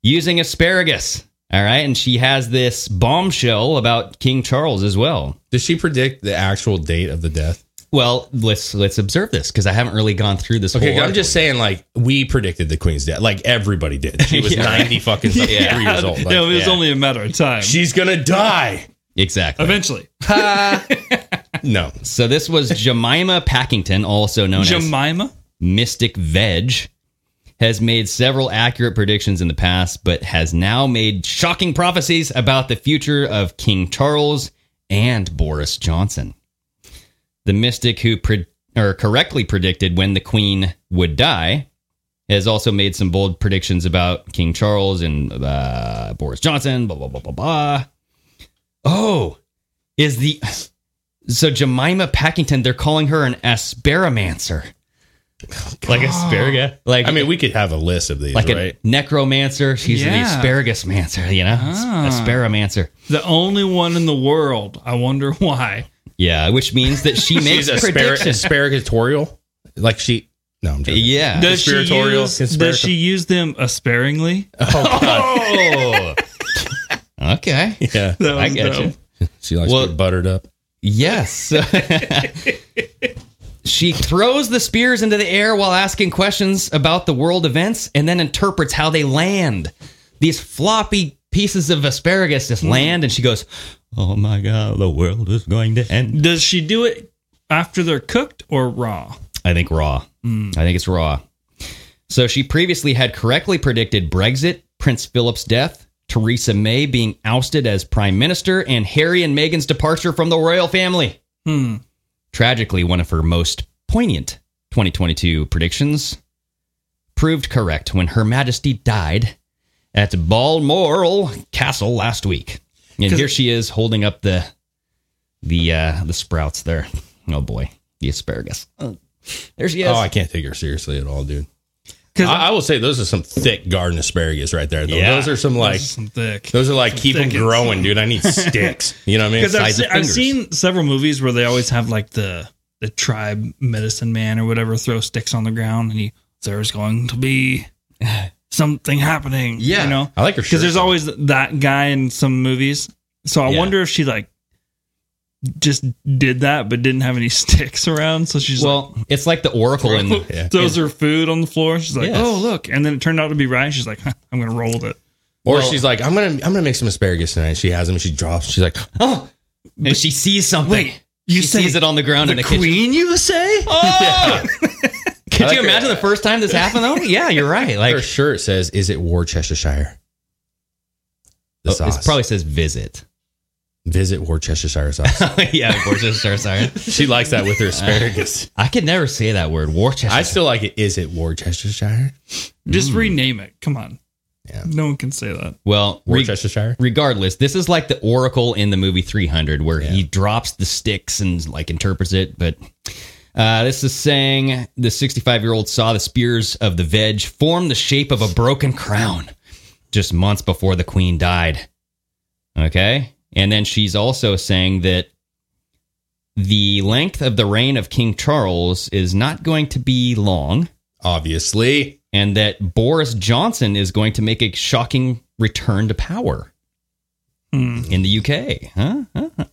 S8: using asparagus. All right. And she has this bombshell about King Charles as well.
S7: Does she predict the actual date of the death?
S8: Well, let's let's observe this because I haven't really gone through this.
S7: Okay,
S8: whole
S7: I'm just
S8: article
S7: saying like we predicted the queen's death. Like everybody did. She was
S8: Yeah.
S7: 90 fucking something,
S8: Yeah.
S7: three years old. Like,
S9: no, it was
S7: yeah.
S9: only a matter of time.
S7: She's gonna die.
S8: yet. exactly.
S9: Eventually,
S7: No,
S8: So this was Jemima Packington, also known as
S9: Jemima.
S8: Mystic Veg, has made several accurate predictions in the past, but has now made shocking prophecies about the future of King Charles and Boris Johnson. The mystic who pre- or correctly predicted when the Queen would die has also made some bold predictions about King Charles and uh, Boris Johnson, blah, blah, blah, blah, blah. Oh, is the. So Jemima Packington, they're calling her an asparamancer. like asparagus. Like
S7: I mean, we could have a list of these,
S8: like a
S7: right?
S8: necromancer. She's the
S9: Yeah.
S8: asparagus mancer, you know?
S9: Ah.
S8: Asparamancer.
S9: The only one in the world. I wonder why.
S8: Yeah, which means that she makes
S7: She's aspar-
S8: predictions.
S7: asparagatorial. Like she. No, I'm joking.
S8: yeah.
S9: Does she,
S7: Conspiratorial,
S9: use,
S7: conspiratorial.
S9: does she use them uh, sparingly?
S8: Oh. okay.
S7: Yeah.
S9: That
S8: I
S9: was
S8: get
S9: dumb.
S8: you.
S7: She likes
S8: Well-
S7: to get buttered up.
S8: Yes. she throws the spears into the air while asking questions about the world events and then interprets how they land. These floppy pieces of asparagus
S9: Hmm.
S8: just land and she goes, "Oh my god, the world is going to end."
S9: Does she do it after they're cooked or raw?
S8: I think raw.
S9: Hmm.
S8: I think it's raw. So she previously had correctly predicted Brexit, Prince Philip's death, Theresa May being ousted as prime minister, and Harry and Meghan's departure from the royal family.
S9: Hmm.
S8: Tragically, one of her most poignant 2022 predictions proved correct when Her Majesty died at Balmoral Castle last week. And here she is holding up the the uh, the sprouts there. Oh boy, the asparagus. Oh, There she is.
S7: Oh, I can't take her seriously at all, dude.
S9: 'Cause-
S7: I, I will say those are some thick garden asparagus right there. Though.
S8: Yeah.
S7: Those are some like
S9: Some thick.
S7: those are like keep them
S9: thickets.
S7: growing, dude. I need sticks. You know what I mean?
S9: Because I've,
S7: Size of
S9: se- I've
S7: fingers.
S9: seen several movies where they always have like the the tribe medicine man or whatever throw sticks on the ground and he there's going to be something happening.
S8: Yeah.
S9: you know,
S7: I like her
S9: because
S7: shirt.
S9: there's always that guy in some movies. So I
S8: Yeah.
S9: wonder if she like just did that but didn't have any sticks around, so she's
S8: well, it's like the oracle in
S9: like throws her food on the floor. She's like,
S8: Yes.
S9: oh look, and then it turned out to be right. She's like, huh, I'm gonna roll with it.
S7: Or
S8: Well-
S7: she's like, I'm gonna I'm gonna make some asparagus tonight. She has them. She drops. She's like,
S8: Oh, and she sees something.
S9: Wait, you
S8: she
S9: say
S8: sees it on the ground in the kitchen.
S9: you say?
S7: "Ah!"
S8: Oh! Could
S7: I like
S8: you
S7: her-
S8: imagine the first time this happened though? Yeah, you're right. Like
S7: her shirt says, "Is it Worcestershire?" The
S8: oh,
S7: sauce.
S8: it probably says visit.
S7: visit Worcestershire sauce.
S8: yeah, Worcestershire. Sorry,
S7: she likes that with her asparagus.
S8: I could never say that word. Worcestershire.
S7: I still like it. Is it Worcestershire?
S9: Just
S8: Mm.
S9: rename it. Come on.
S7: Yeah.
S9: No one can say that.
S8: well, re-
S7: Worcestershire.
S8: regardless, this is like the Oracle in the movie 300, where
S7: Yeah.
S8: he drops the sticks and like interprets it. But uh, this is saying the 65 year old saw the spears of the veg form the shape of a broken crown just months before the queen died. Okay. And then she's also saying that the length of the reign of King Charles is not going to be long
S7: Obviously.
S8: and that Boris Johnson is going to make a shocking return to power
S9: Hmm.
S8: in the UK. Huh? Huh?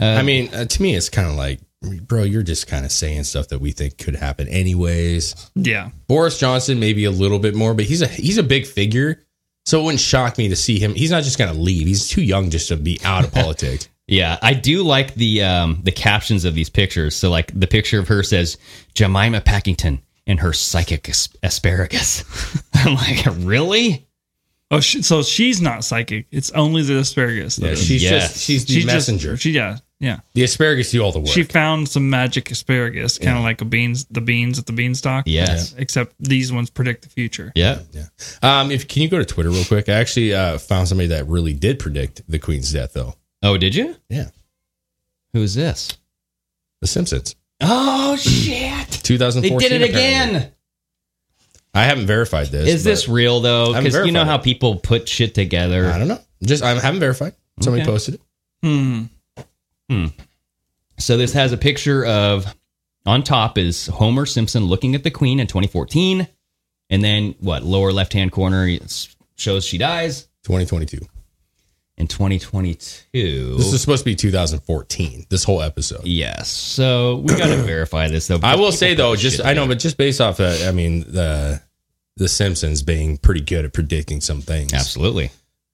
S7: I mean, uh, to me, it's kind of like, bro, you're just kind of saying stuff that we think could happen anyways.
S9: Yeah.
S7: Boris Johnson, maybe a little bit more, but he's a he's a big figure, so it wouldn't shock me to see him. He's not just going to leave. He's too young just to be out of politics.
S8: Yeah, I do like the um, the captions of these pictures. So, like the picture of her says Jemima Packington and her psychic as- asparagus. I'm like, really?
S9: Oh, sh so she's not psychic. It's only the asparagus. that
S7: Yeah,
S9: is.
S7: she's
S8: Yes.
S7: just she's the
S9: She just-
S7: messenger.
S9: she yeah yeah.
S7: the asparagus do all the work.
S9: She found some magic asparagus, kind of like a beans, the beans at the beanstalk.
S8: Yes.
S9: Except these ones predict the future.
S8: Yeah.
S7: yeah. Um, if can you go to Twitter real quick? I actually uh, found somebody that really did predict the Queen's death, though.
S8: Oh, did you?
S7: Yeah,
S8: Who's this?
S7: The Simpsons,
S8: Oh shit! they
S7: 2014.
S8: did it again.
S7: apparently. I haven't verified this.
S8: Is this
S7: but
S8: real though?
S7: I'm
S8: Because you know
S7: verified.
S8: how people put shit together.
S7: I don't know. Just I haven't verified. Somebody
S8: Okay.
S7: posted it.
S9: Hmm.
S8: So this has a picture of on top is Homer Simpson looking at the Queen in 2014, and then what lower left hand corner it's- shows she dies
S7: 2022.
S8: in 2022.
S7: This is supposed to be 2014. This whole episode.
S8: yes. So we got to verify this though.
S7: I will
S8: People
S7: say
S8: put
S7: though,
S8: this
S7: just
S8: shit
S7: I know,
S8: together.
S7: but just based off, uh, I mean the the Simpsons being pretty good at predicting some things.
S8: absolutely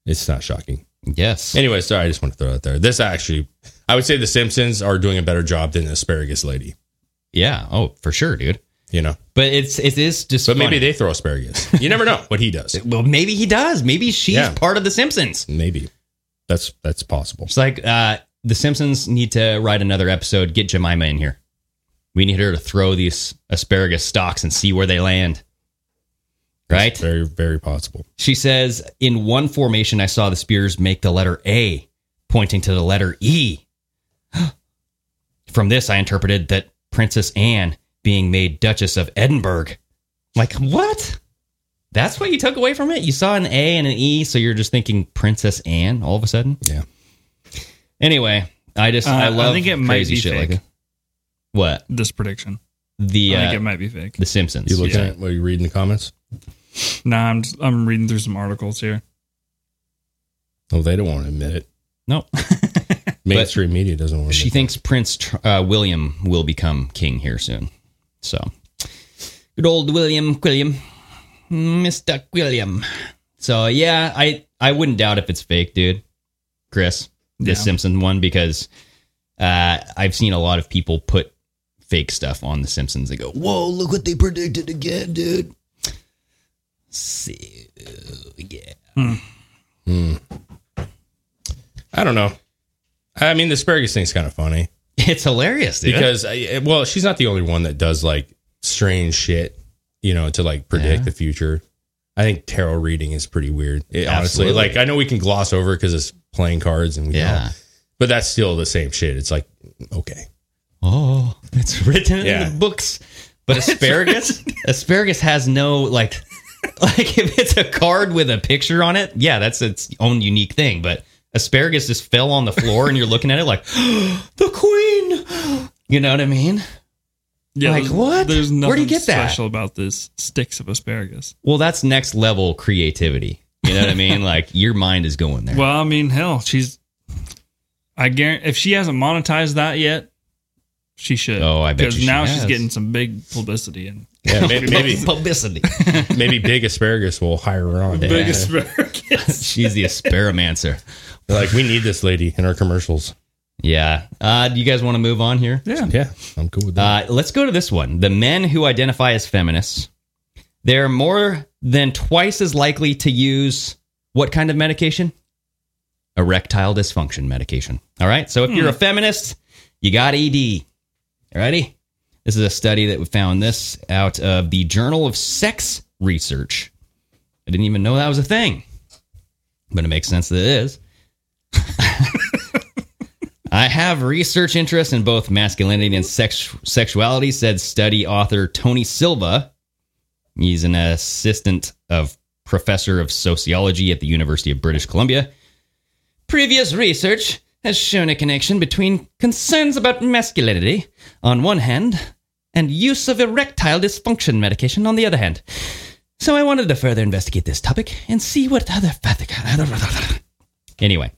S7: It's not shocking.
S8: yes.
S7: Anyway, sorry, I just want to throw that there. This actually, I would say the Simpsons are doing a better job than the asparagus lady.
S8: yeah. Oh, for sure, dude.
S7: You know,
S8: But it's it is just.
S7: but maybe
S8: funny.
S7: they throw asparagus. You never know what he does.
S8: Well, maybe he does. Maybe she's
S7: Yeah.
S8: part of the Simpsons.
S7: Maybe that's that's possible.
S8: It's like uh, the Simpsons need to write another episode. Get Jemima in here. We need her to throw these asparagus stalks and see where they land. Right?
S7: It's very, very possible.
S8: She says, in one formation, I saw the spears make the letter A, pointing to the letter E. From this, I interpreted that Princess Anne being made Duchess of Edinburgh. Like, what? That's what you took away from it? You saw an A and an E, so you're just thinking Princess Anne all of a sudden?
S7: Yeah.
S8: Anyway, I just,
S9: Uh,
S8: I
S9: I
S8: love
S9: think it
S8: crazy
S9: might be
S8: shit like
S9: fake.
S8: that. What?
S9: This prediction.
S8: The,
S9: I think
S8: uh,
S9: it might be fake.
S8: the Simpsons.
S7: You looking
S8: Yeah.
S7: at what you reading the comments?
S9: Nah, I'm just, I'm reading through some articles here.
S7: Oh, they don't want to admit it.
S8: No.
S7: Mainstream media doesn't want to.
S8: she
S7: admit
S8: thinks Prince Tr- uh, William will become king here soon. So, good old William Quilliam, Mister Quilliam. So yeah, I I wouldn't doubt if it's fake, dude. Chris, this
S9: Yeah.
S8: Simpson one because uh, I've seen a lot of people put fake stuff on the Simpsons. They go, "Whoa, "Oh, look what they predicted again, dude." See, yeah.
S7: I don't know. I mean, the asparagus thing's kind of funny
S8: It's hilarious, dude.
S7: because, I, well, she's not the only one that does like strange shit, you know, to like predict
S8: Yeah.
S7: the future. I think tarot reading is pretty weird. It- honestly,
S8: Absolutely.
S7: like I know we can gloss over because it's playing cards and we
S8: Yeah.
S7: know, but that's still the same shit. It's like okay,
S8: Oh, it's written
S7: Yeah.
S8: in the books. But asparagus, asparagus has no like, like if it's a card with a picture on it, yeah, that's its own unique thing. But asparagus just fell on the floor, and you're looking at it like the queen. You know what I mean?
S9: Yeah,
S8: Like,
S9: there's-
S8: what?
S9: There's nothing
S8: Where do you get that?
S9: special about this sticks of asparagus.
S8: Well, that's next level creativity. You know what I mean? Like your mind is going there.
S9: Well, I mean, hell, she's. I guarantee if she hasn't monetized that yet, she should.
S8: Oh, I bet you she
S9: now
S8: has.
S9: she's getting some big publicity and
S7: yeah, may- maybe
S8: publicity.
S7: maybe big asparagus will hire her on.
S8: Big
S7: Yeah.
S9: asparagus.
S8: She's the asparamancer.
S7: Like we need this lady in our commercials.
S8: Yeah. Uh, do you guys want to move on here?
S9: yeah,
S7: Yeah, I'm cool with that.
S8: Uh, let's go to this one. The men who identify as feminists, they're more than twice as likely to use what kind of medication? Erectile dysfunction medication. All right. So if you're a
S7: Hmm.
S8: feminist, you got ED. All righty. This is a study that we found this out of the Journal of Sex Research. I didn't even know that was a thing, but it makes sense that it is. I have research interest in both masculinity and sex sexuality, said study author Tony Silva. He's an assistant of professor of sociology at the University of British Columbia. Previous research has shown a connection between concerns about masculinity on one hand and use of erectile dysfunction medication on the other hand. So I wanted to further investigate this topic and see what other anyway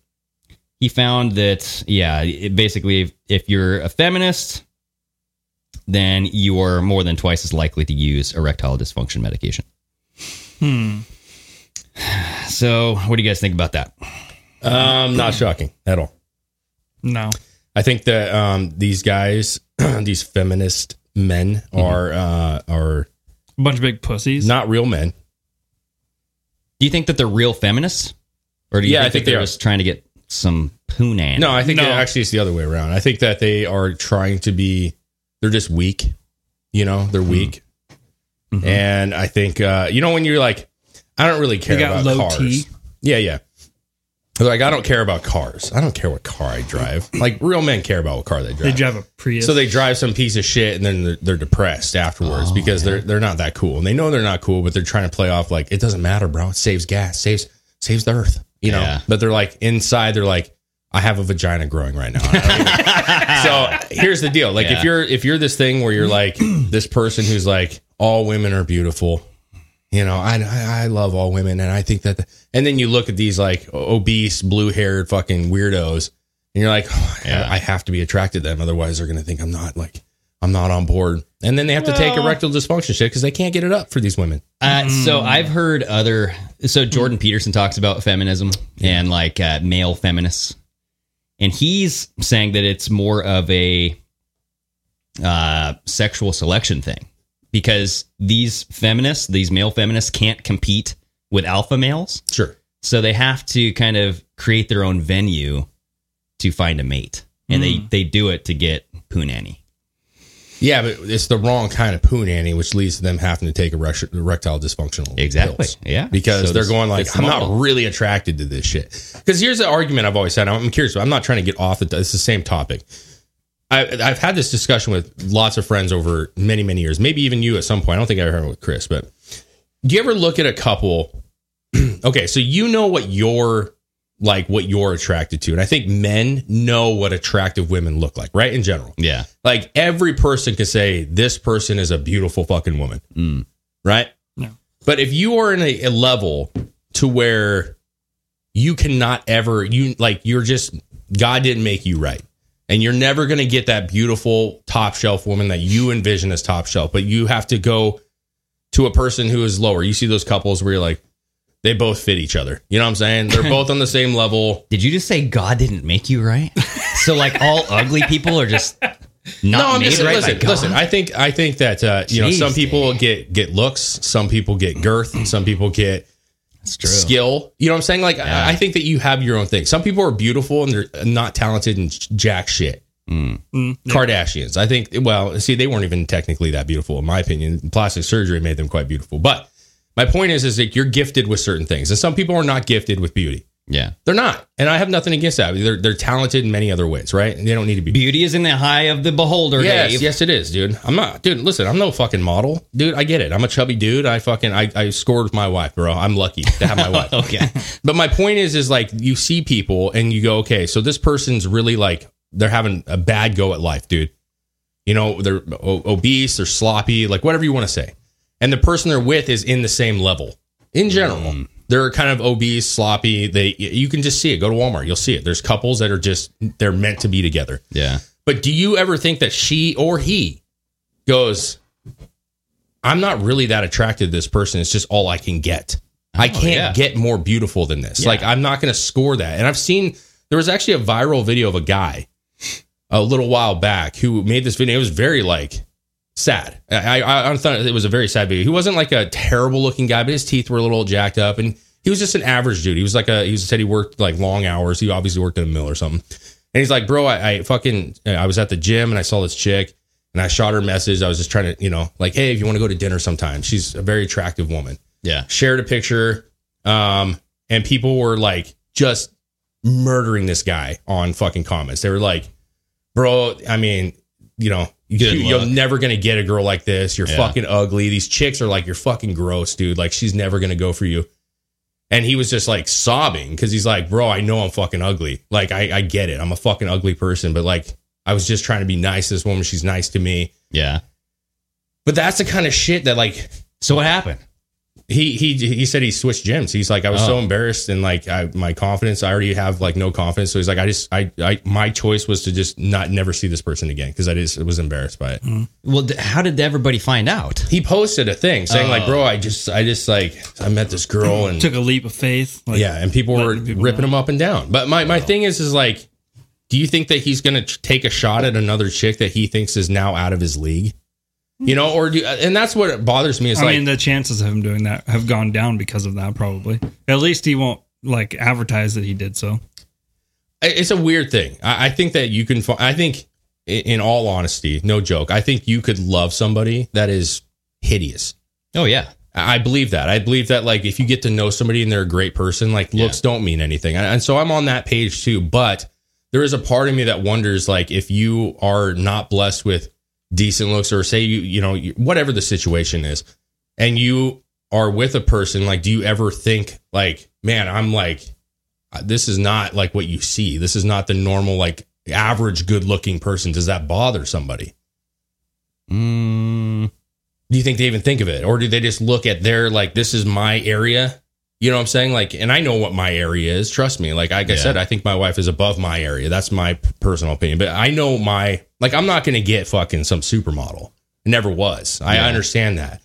S8: he found that yeah it basically if, if you're a feminist then you are more than twice as likely to use erectile dysfunction medication hmm so what do you guys think about that
S7: um, not shocking at all.
S9: no,
S7: I think that um, these guys, these feminist men,
S9: Mm-hmm.
S7: are uh, are
S9: a bunch of big pussies.
S7: not real men.
S8: do you think that they're real feminists or do you
S7: Yeah,
S8: think,
S7: I think
S8: that
S7: they
S8: they're
S7: are.
S8: just trying to get some poonan
S7: No, I think
S9: No.
S7: that actually it's the other way around. I think that they are trying to be. They're just weak. You know, they're
S9: Mm-hmm.
S7: weak. And I think uh, you know when you're like, I don't really care
S9: They got
S7: about
S9: low
S7: cars.
S9: T.
S7: Yeah, yeah. They're like, I don't care about cars. I don't care what car I drive. Like real men care about what car they drive.
S9: they drive a Prius.
S7: So they drive some piece of shit and then they're, they're depressed afterwards because they're they're not that cool and they know they're not cool, but they're trying to play off like it doesn't matter, bro. It saves gas, saves saves the earth, you know.
S8: Yeah.
S7: But they're like inside, they're like, I have a vagina growing right now. I don't even- so here's the deal: like
S8: Ah. Yeah.
S7: if you're if you're this thing where you're like this person who's like all women are beautiful. You know, I, I I love all women, and I think that. The, and then you look at these like obese, blue haired fucking weirdos, and you're like, "Oh, I-
S8: Yeah.
S7: I have to be attracted to them, otherwise they're gonna think I'm not like I'm not on board. And then they have to take
S8: Well-
S7: erectile dysfunction shit because they can't get it up for these women.
S8: Uh, So I've heard other. So Jordan Peterson talks about feminism and like uh, male feminists, and he's saying that it's more of a uh, sexual selection thing because these feminists, these male feminists, can't compete with alpha males,
S7: Sure.
S8: so they have to kind of create their own venue to find a mate, and they they do it to get punani.
S7: Yeah, but it's the wrong kind of poo nanny, which leads to them having to take erect- erectile dysfunctional
S8: Exactly.
S7: pills.
S8: Yeah.
S7: because
S8: So
S7: they're
S8: this-
S7: going
S8: that's
S7: like,
S8: the
S7: I'm
S8: model.
S7: not really attracted to this shit. Because here's the argument I've always had. I'm curious. I'm not trying to get off the. It's the same topic. I, I've had this discussion with lots of friends over many, many years. Maybe even you at some point. I don't think I ever had it with Chris, but do you ever look at a couple? okay, so you know what you're like, what you're attracted to, and I think men know what attractive women look like, right? In general,
S8: Yeah.
S7: like every person can say this person is a beautiful fucking woman,
S8: Mm.
S7: right?
S9: No.
S7: But if you are in a, a level to where you cannot ever you like you're just God didn't make you right, and you're never going to get that beautiful top shelf woman that you envision as top shelf, but you have to go to a person who is lower. You see those couples where you're like, they both fit each other. You know what I'm saying? They're both on the same level.
S8: Did you just say God didn't make you right? so like all ugly people are just not
S7: No, I'm
S8: made
S7: just
S8: right
S7: listen.
S8: by God.
S7: Listen, I think I think that uh, you know
S8: Jeez,
S7: some people get get looks, some people get girth, some people get
S8: That's true.
S7: skill. You know what I'm saying? Like I- I, think that you have your own thing. Some people are beautiful and they're not talented and j- jack shit.
S8: Mm.
S7: Kardashians. I think. Well, see, they weren't even technically that beautiful in my opinion. Plastic surgery made them quite beautiful. But my point is, is that you're gifted with certain things, and some people are not gifted with beauty.
S8: Yeah.
S7: They're not, and I have nothing against that. They're they're talented in many other ways, right? And they don't need to be
S8: Beauty is in the eye of the beholder,
S7: Yes,
S8: Dave.
S7: yes, it is, dude. I'm not, dude. Listen, I'm no fucking model, dude. I get it. I'm a chubby dude. I fucking I, I scored with my wife, bro. I'm lucky to have my wife.
S8: Okay.
S7: But my point is, is like you see people and you go, okay, so this person's really like they're having a bad go at life, dude. You know, they're o- obese, they're sloppy, like whatever you want to say. And the person they're with is in the same level in general.
S8: Mm.
S7: They're kind of obese, sloppy. They you can just see it. Go to Walmart, you'll see it. There's couples that are just they're meant to be together.
S8: yeah.
S7: But do you ever think that she or he goes, I'm not really that attracted to this person. It's just all I can get. I can't
S8: Oh, yeah.
S7: get more beautiful than this.
S8: Yeah.
S7: Like, I'm not going to score that. And I've seen, there was actually a viral video of a guy a little while back who made this video. It was very like sad. I, I, I thought it was a very sad video. He wasn't like a terrible looking guy, but his teeth were a little jacked up and he was just an average dude. He was like a, he said he worked like long hours. He obviously worked in a mill or something. And he's like, bro, I, I fucking, I was at the gym and I saw this chick and I shot her a message. I was just trying to, you know, like, hey, if you want to go to dinner sometime, she's a very attractive woman.
S8: Yeah.
S7: Shared a picture. Um, and people were like just murdering this guy on fucking comments. They were like, bro, I mean, you know,
S8: Good
S7: you, are
S8: luck.
S7: never going to get a girl like this. You're
S8: Yeah.
S7: fucking ugly. These chicks are like, you're fucking gross, dude. Like, she's never going to go for you. And he was just like sobbing because he's like, bro, I know I'm fucking ugly. Like, I, I get it. I'm a fucking ugly person, but like, I was just trying to be nice to this woman. She's nice to me.
S8: Yeah.
S7: But that's the kind of shit that like
S8: So what happened?
S7: he he he said he switched gyms. He's like, I was
S8: Oh.
S7: so embarrassed and like I, my confidence. I already have like no confidence. So he's like, I just I I my choice was to just not never see this person again because I just was embarrassed by it.
S9: Mm.
S8: Well, d- how did everybody find out?
S7: He posted a thing saying like, bro, I just I just like I met this girl and
S9: Oh. Took a leap of faith. Like,
S7: yeah, and people were
S9: letting people
S7: ripping
S9: know. Oh.
S7: him up and down. But my my thing is is like, do you think that he's gonna t- take a shot at another chick that he thinks is now out of his league? You know, or do and that's what bothers me. Is
S9: Mm. I
S7: like
S9: mean, the chances of him doing that have gone down because of that, probably. At least he won't like advertise that he did so.
S7: I- it's a weird thing. I, I think that you can. fi- I think, i- in all honesty, no joke. I think you could love somebody that is hideous.
S8: Oh yeah.
S7: I I believe that. I believe that, like, if you get to know somebody and they're a great person, like, looks don't mean anything. And, and so I'm on that page too. But there is a part of me that wonders, like, if you are not blessed with decent looks, or say you, you know, you, whatever the situation is, and you are with a person, like, do you ever think, like, man, I'm like, Uh, this is not like what you see. This is not the normal, like, average good looking person. Does that bother somebody?
S8: Mm,
S7: do you think they even think of it or do they just look at their like this is my area you know what i'm saying like and i know what my area is trust me like, like i
S8: Yeah.
S7: said i think my wife is above my area that's my p- personal opinion but i know my like i'm not gonna get fucking some supermodel I never was I, I
S8: Yeah.
S7: understand that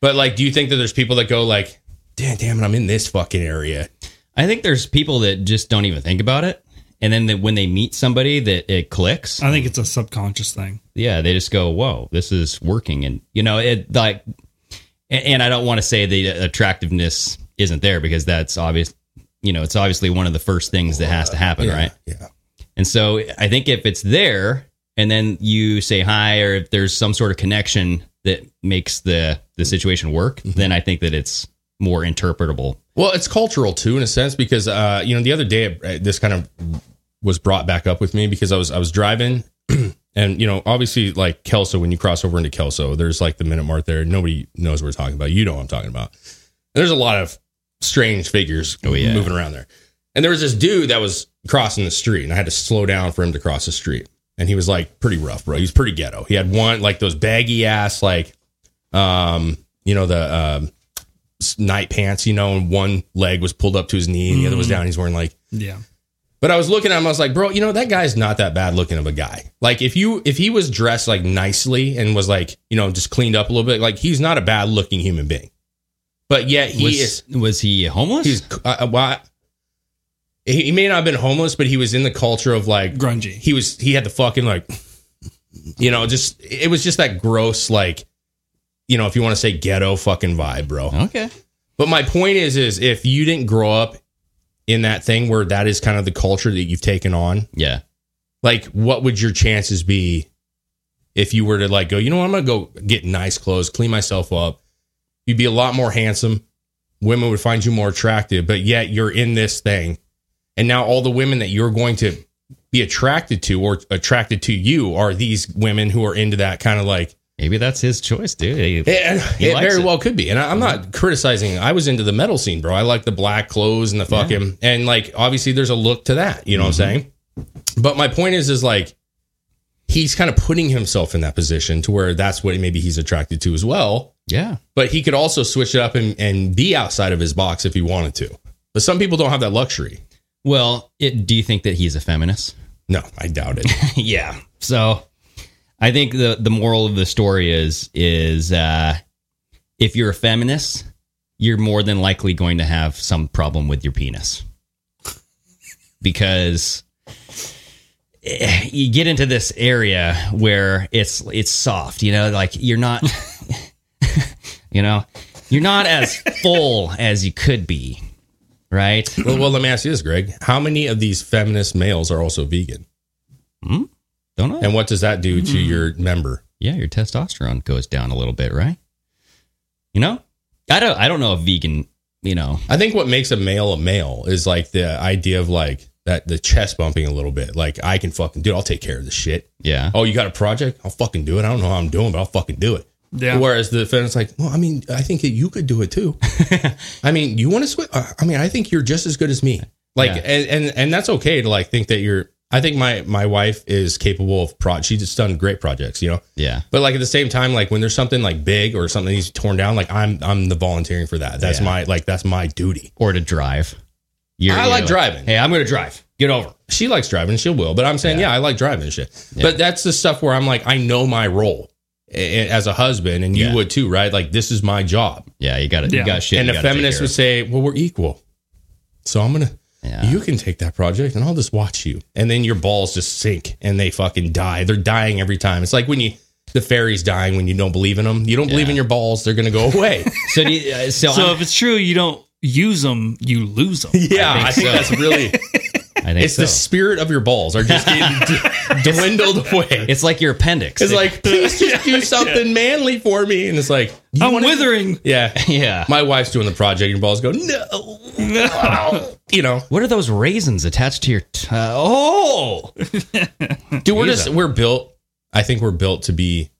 S7: but like do you think that there's people that go like damn damn it i'm in this fucking area
S8: I think there's people that just don't even think about it, and then that when they meet somebody that it clicks.
S9: I think it's a subconscious thing.
S8: yeah, they just go, "Whoa, this is working," and you know, it like, and, and I don't want to say the attractiveness isn't there because that's obvious. You know, it's obviously one of the first things that has to happen,
S7: Yeah,
S8: right?
S7: yeah
S8: And so I think if it's there and then you say hi or if there's some sort of connection that makes the the situation work,
S7: Mm-hmm.
S8: then I think that it's more interpretable.
S7: Well, it's cultural too, in a sense, because uh, you know the other day uh, this kind of was brought back up with me because I was I was driving, and you know obviously like Kelso, when you cross over into Kelso, there's like the minute mark there. Nobody knows what we're talking about. You know what I'm talking about. There's a lot of strange figures
S8: yeah.
S7: moving around there, and there was this dude that was crossing the street, and I had to slow down for him to cross the street, and he was like pretty rough, bro. He was pretty ghetto. He had one like those baggy ass like, um, you know the. Um, night pants, you know, and one leg was pulled up to his knee and the other was down. He's wearing like,
S9: Yeah.
S7: but I was looking at him. I was like, bro, you know, that guy's not that bad looking of a guy. Like if you, if he was dressed like nicely and was like, you know, just cleaned up a little bit, like he's not a bad looking human being, but yet he
S8: was,
S7: is,
S8: was he homeless?
S7: he's, uh, uh, well, I- he he may not have been homeless, but he was in the culture of like
S9: Grungy.
S7: he was he had the fucking like you know just it was just that gross like you know if you want to say ghetto fucking vibe bro
S8: okay.
S7: but my point is, is if you didn't grow up in that thing where that is kind of the culture that you've taken on,
S8: Yeah.
S7: like what would your chances be if you were to like go, you know what, I'm gonna go get nice clothes, clean myself up. You'd be a lot more handsome. Women would find you more attractive, but yet you're in this thing. And now all the women that you're going to be attracted to or attracted to you are these women who are into that kind of like
S8: Maybe that's his choice, dude. He-
S7: it,
S8: He
S7: it
S8: likes
S7: very
S8: it.
S7: well could be, and I, I'm not criticizing. I was into the metal scene, bro. I like the black clothes and the fucking and like obviously there's a look to that. You know what
S8: Mm-hmm.
S7: I'm saying? But my point is, is like he's kind of putting himself in that position to where that's what maybe he's attracted to as well.
S8: Yeah.
S7: But he could also switch it up and and be outside of his box if he wanted to. But some people don't have that luxury.
S8: Well, it, do you think that he's a feminist?
S7: No, I doubt it.
S8: yeah. So I think the the moral of the story is is uh if you're a feminist, you're more than likely going to have some problem with your penis. Because eh, you get into this area where it's it's soft, you know, like you're not you know, you're not as full as you could be, right?
S7: well, well, let me ask you this, Greg: How many of these feminist males are also vegan,
S8: Don't know.
S7: and what does that do
S8: Mm-hmm.
S7: to your member?
S8: yeah, your testosterone goes down a little bit, right? You know, I don't, I don't know if vegan, you know,
S7: I think what makes a male a male is like the idea of like that the chest bumping a little bit. Like I can fucking dude, I'll take care of this shit.
S8: yeah,
S7: Oh, you got a project? I'll fucking do it. I don't know how I'm doing, but I'll fucking do it.
S9: Yeah.
S7: Whereas the defendant's like, well, I mean, I think that you could do it too. I mean, you want to switch? uh, I mean, I think you're just as good as me. Like,
S8: Yeah.
S7: and, and and that's okay to like think that you're. I think my my wife is capable of prod. She's just done great projects, you know.
S8: yeah,
S7: But like at the same time, like when there's something like big or something needs torn down, like I'm I'm the volunteering for that. That's
S8: Yeah.
S7: my like that's my duty.
S8: or to drive. You're,
S7: I
S8: you're
S7: like driving.
S8: Hey, I'm gonna drive. Get over.
S7: she likes driving, she will. But I'm saying, yeah, I like driving and shit. But that's the stuff where I'm like, I know my role a- a- as a husband, and you
S8: Yeah.
S7: would too, right? Like this is my job.
S8: Yeah, you got it. You
S9: Yeah.
S8: got shit.
S7: and
S8: you
S7: a
S8: gotta take
S7: feminist
S8: care
S7: would
S8: of.
S7: say, well, we're equal, so I'm gonna.
S8: Yeah.
S7: You can take that project, and I'll just watch you. And then your balls just sink, and they fucking die. They're dying every time. It's like when you. The fairies dying when you don't believe in them. You don't believe in your balls; they're gonna go away.
S8: So, do you, uh, so,
S9: So
S8: I'm-
S9: if it's true, you don't use them, you lose them.
S7: yeah, I think,
S8: so.
S7: that's really.
S8: I think
S7: It's the
S8: so.
S7: spirit of your balls are just getting d- dwindled away.
S8: It's like your appendix.
S7: It's like, please just do something manly for me. And it's like, you
S9: I'm
S7: wanna-
S9: withering.
S7: Yeah.
S8: yeah.
S7: My wife's doing the project, and your balls go, no. no." you know,
S8: what are those raisins attached to your? T- uh, oh,
S7: dude, we're
S8: Jesus.
S7: just, we're built, I think we're built to be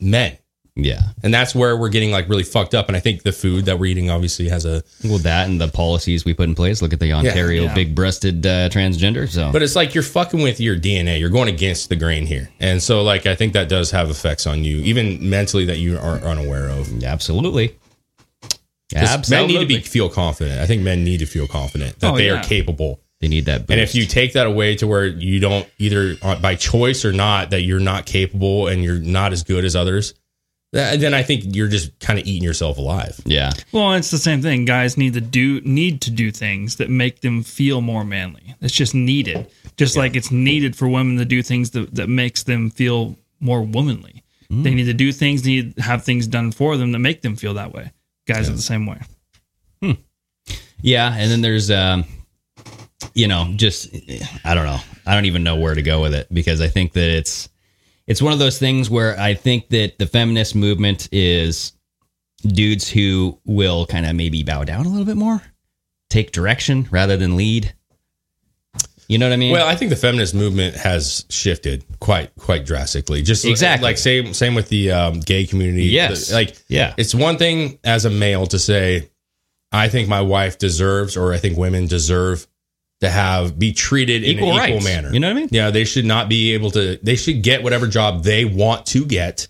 S7: men.
S8: yeah.
S7: And that's where we're getting like really fucked up. And I think the food that we're eating obviously has a,
S8: Well, that and the policies we put in place. Look at the Ontario
S9: Yeah.
S8: big-breasted uh, transgender. So,
S7: but it's like you're fucking with your DNA. You're going against the grain here. And so, like, I think that does have effects on you, even mentally that you are unaware of.
S8: Absolutely.
S7: 'Cause Men
S8: Absolutely.
S7: need to be, feel confident. I think men need to feel confident that
S9: Oh,
S7: they
S9: yeah.
S7: are capable.
S8: They need that boost.
S7: And if you take that away to where you don't either uh, by choice or not that you're not capable and you're not as good as others, that, then I think you're just kind of eating yourself alive.
S8: yeah,
S9: Well, it's the same thing. Guys need to do need to do things that make them feel more manly. It's just needed. Just like it's needed for women to do things that, that makes them feel more womanly. They need to do things, need to have things done for them that make them feel that way. Guys are the same way.
S8: yeah, and then there's um, you know, just I don't know. I don't even know where to go with it because I think that it's it's one of those things where I think that the feminist movement is dudes who will kind of maybe bow down a little bit more, take direction rather than lead. You know what I mean?
S7: Well, I think the feminist movement has shifted quite quite drastically. Just
S8: Exactly.
S7: like same same with the um, gay community.
S8: Yes.
S7: The- like
S8: Yeah.
S7: it's one thing as a male to say, I think my wife deserves, or I think women deserve to have be treated
S8: Equal
S7: in an
S8: rights.
S7: equal manner.
S8: You know what I mean?
S7: Yeah, they should not be able to. They should get whatever job they want to get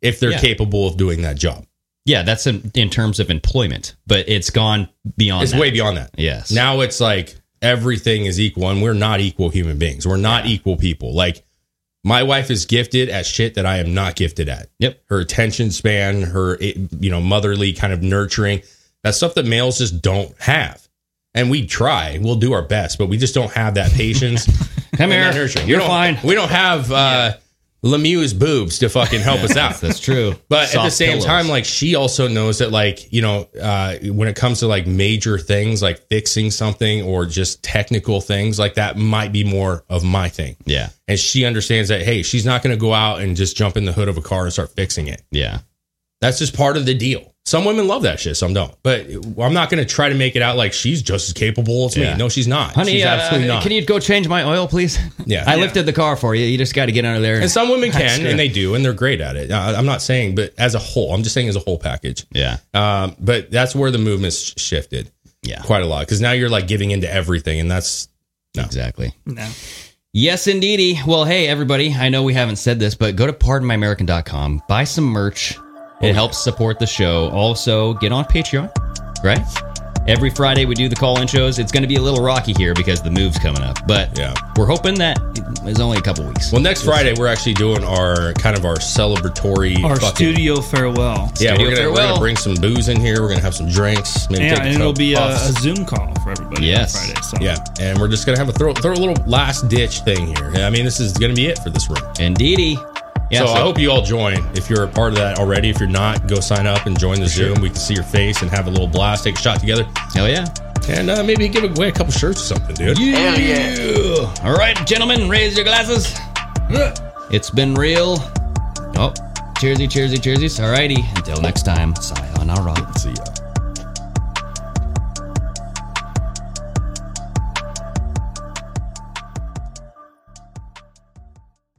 S7: if they're
S8: Yeah.
S7: capable of doing that job.
S8: yeah, that's in, in terms of employment, but it's gone beyond.
S7: It's
S8: that.
S7: way beyond that.
S8: Yes.
S7: Now it's like everything is equal, and we're not equal human beings. We're not equal people. Like my wife is gifted at shit that I am not gifted at.
S8: Yep.
S7: Her attention span, her eh, you know motherly kind of nurturing, that stuff that males just don't have. And we try, we'll do our best, but we just don't have that patience.
S8: Come
S7: and
S8: here.
S7: that nurturing. We
S8: You're
S7: don't-
S8: fine.
S7: We don't have uh, Lemieux's boobs to fucking help us out.
S8: That's true.
S7: But at the
S8: Soft
S7: same
S8: pillows.
S7: time, like she also knows that, like you know, uh, when it comes to like major things, like fixing something or just technical things, like that might be more of my thing.
S8: yeah,
S7: And she understands that. Hey, she's not going to go out and just jump in the hood of a car and start fixing it.
S8: yeah,
S7: That's just part of the deal. Some women love that shit, some don't. But I'm not going to try to make it out like she's just as capable as
S8: Yeah.
S7: me. No, she's not.
S8: honey,
S7: she's
S8: uh, Can you go change my oil, please?
S7: Yeah.
S8: I
S7: Yeah.
S8: lifted the car for you. You just got to get under there.
S7: and some women can,
S8: screw it.
S7: and they do, and they're great at it. I, I'm not saying, but as a whole, I'm just saying as a whole package.
S8: yeah,
S7: Um, but that's where the movement's sh- shifted
S8: yeah,
S7: quite a lot because now you're like giving into everything, and that's
S8: exactly.
S9: No.
S8: Yes, indeedy. Well, hey, everybody, I know we haven't said this, but go to pardonmyamerican.com, buy some merch.
S7: Oh,
S8: It helps support the show. Also, get on Patreon, right? Every Friday we do the call in shows. It's going to be a little rocky here because the move's coming up, but
S7: Yeah.
S8: we're hoping that is only a couple weeks.
S7: well. Next Friday, we're actually doing our kind of our celebratory
S9: Our
S7: fucking-
S9: studio farewell.
S7: Yeah,
S8: studio
S7: we're, gonna, we're
S8: farewell.
S7: gonna bring some booze in here. We're gonna have some drinks. Maybe
S9: Yeah,
S7: take a
S9: and it'll
S7: couple
S9: be a,
S7: puffs.
S9: a Zoom call for everybody
S8: Yes.
S9: on Friday. So.
S7: yeah, and we're just gonna have a throw throw a little last ditch thing here. I mean, this is gonna be it for this room.
S8: Indeedy. Yeah,
S7: so, I hope you all join. If you're a part of that already, if you're not, go sign up and join the Zoom. We can see your face and have a little blast, take a shot together,
S8: Hell yeah.
S7: and uh, maybe give away a couple shirts or something, dude.
S5: Hell yeah.
S8: All right, gentlemen, raise your glasses. It's been real. Oh, cheersy, cheersy, cheersies. All righty. Until next time, sayonara.
S7: See ya.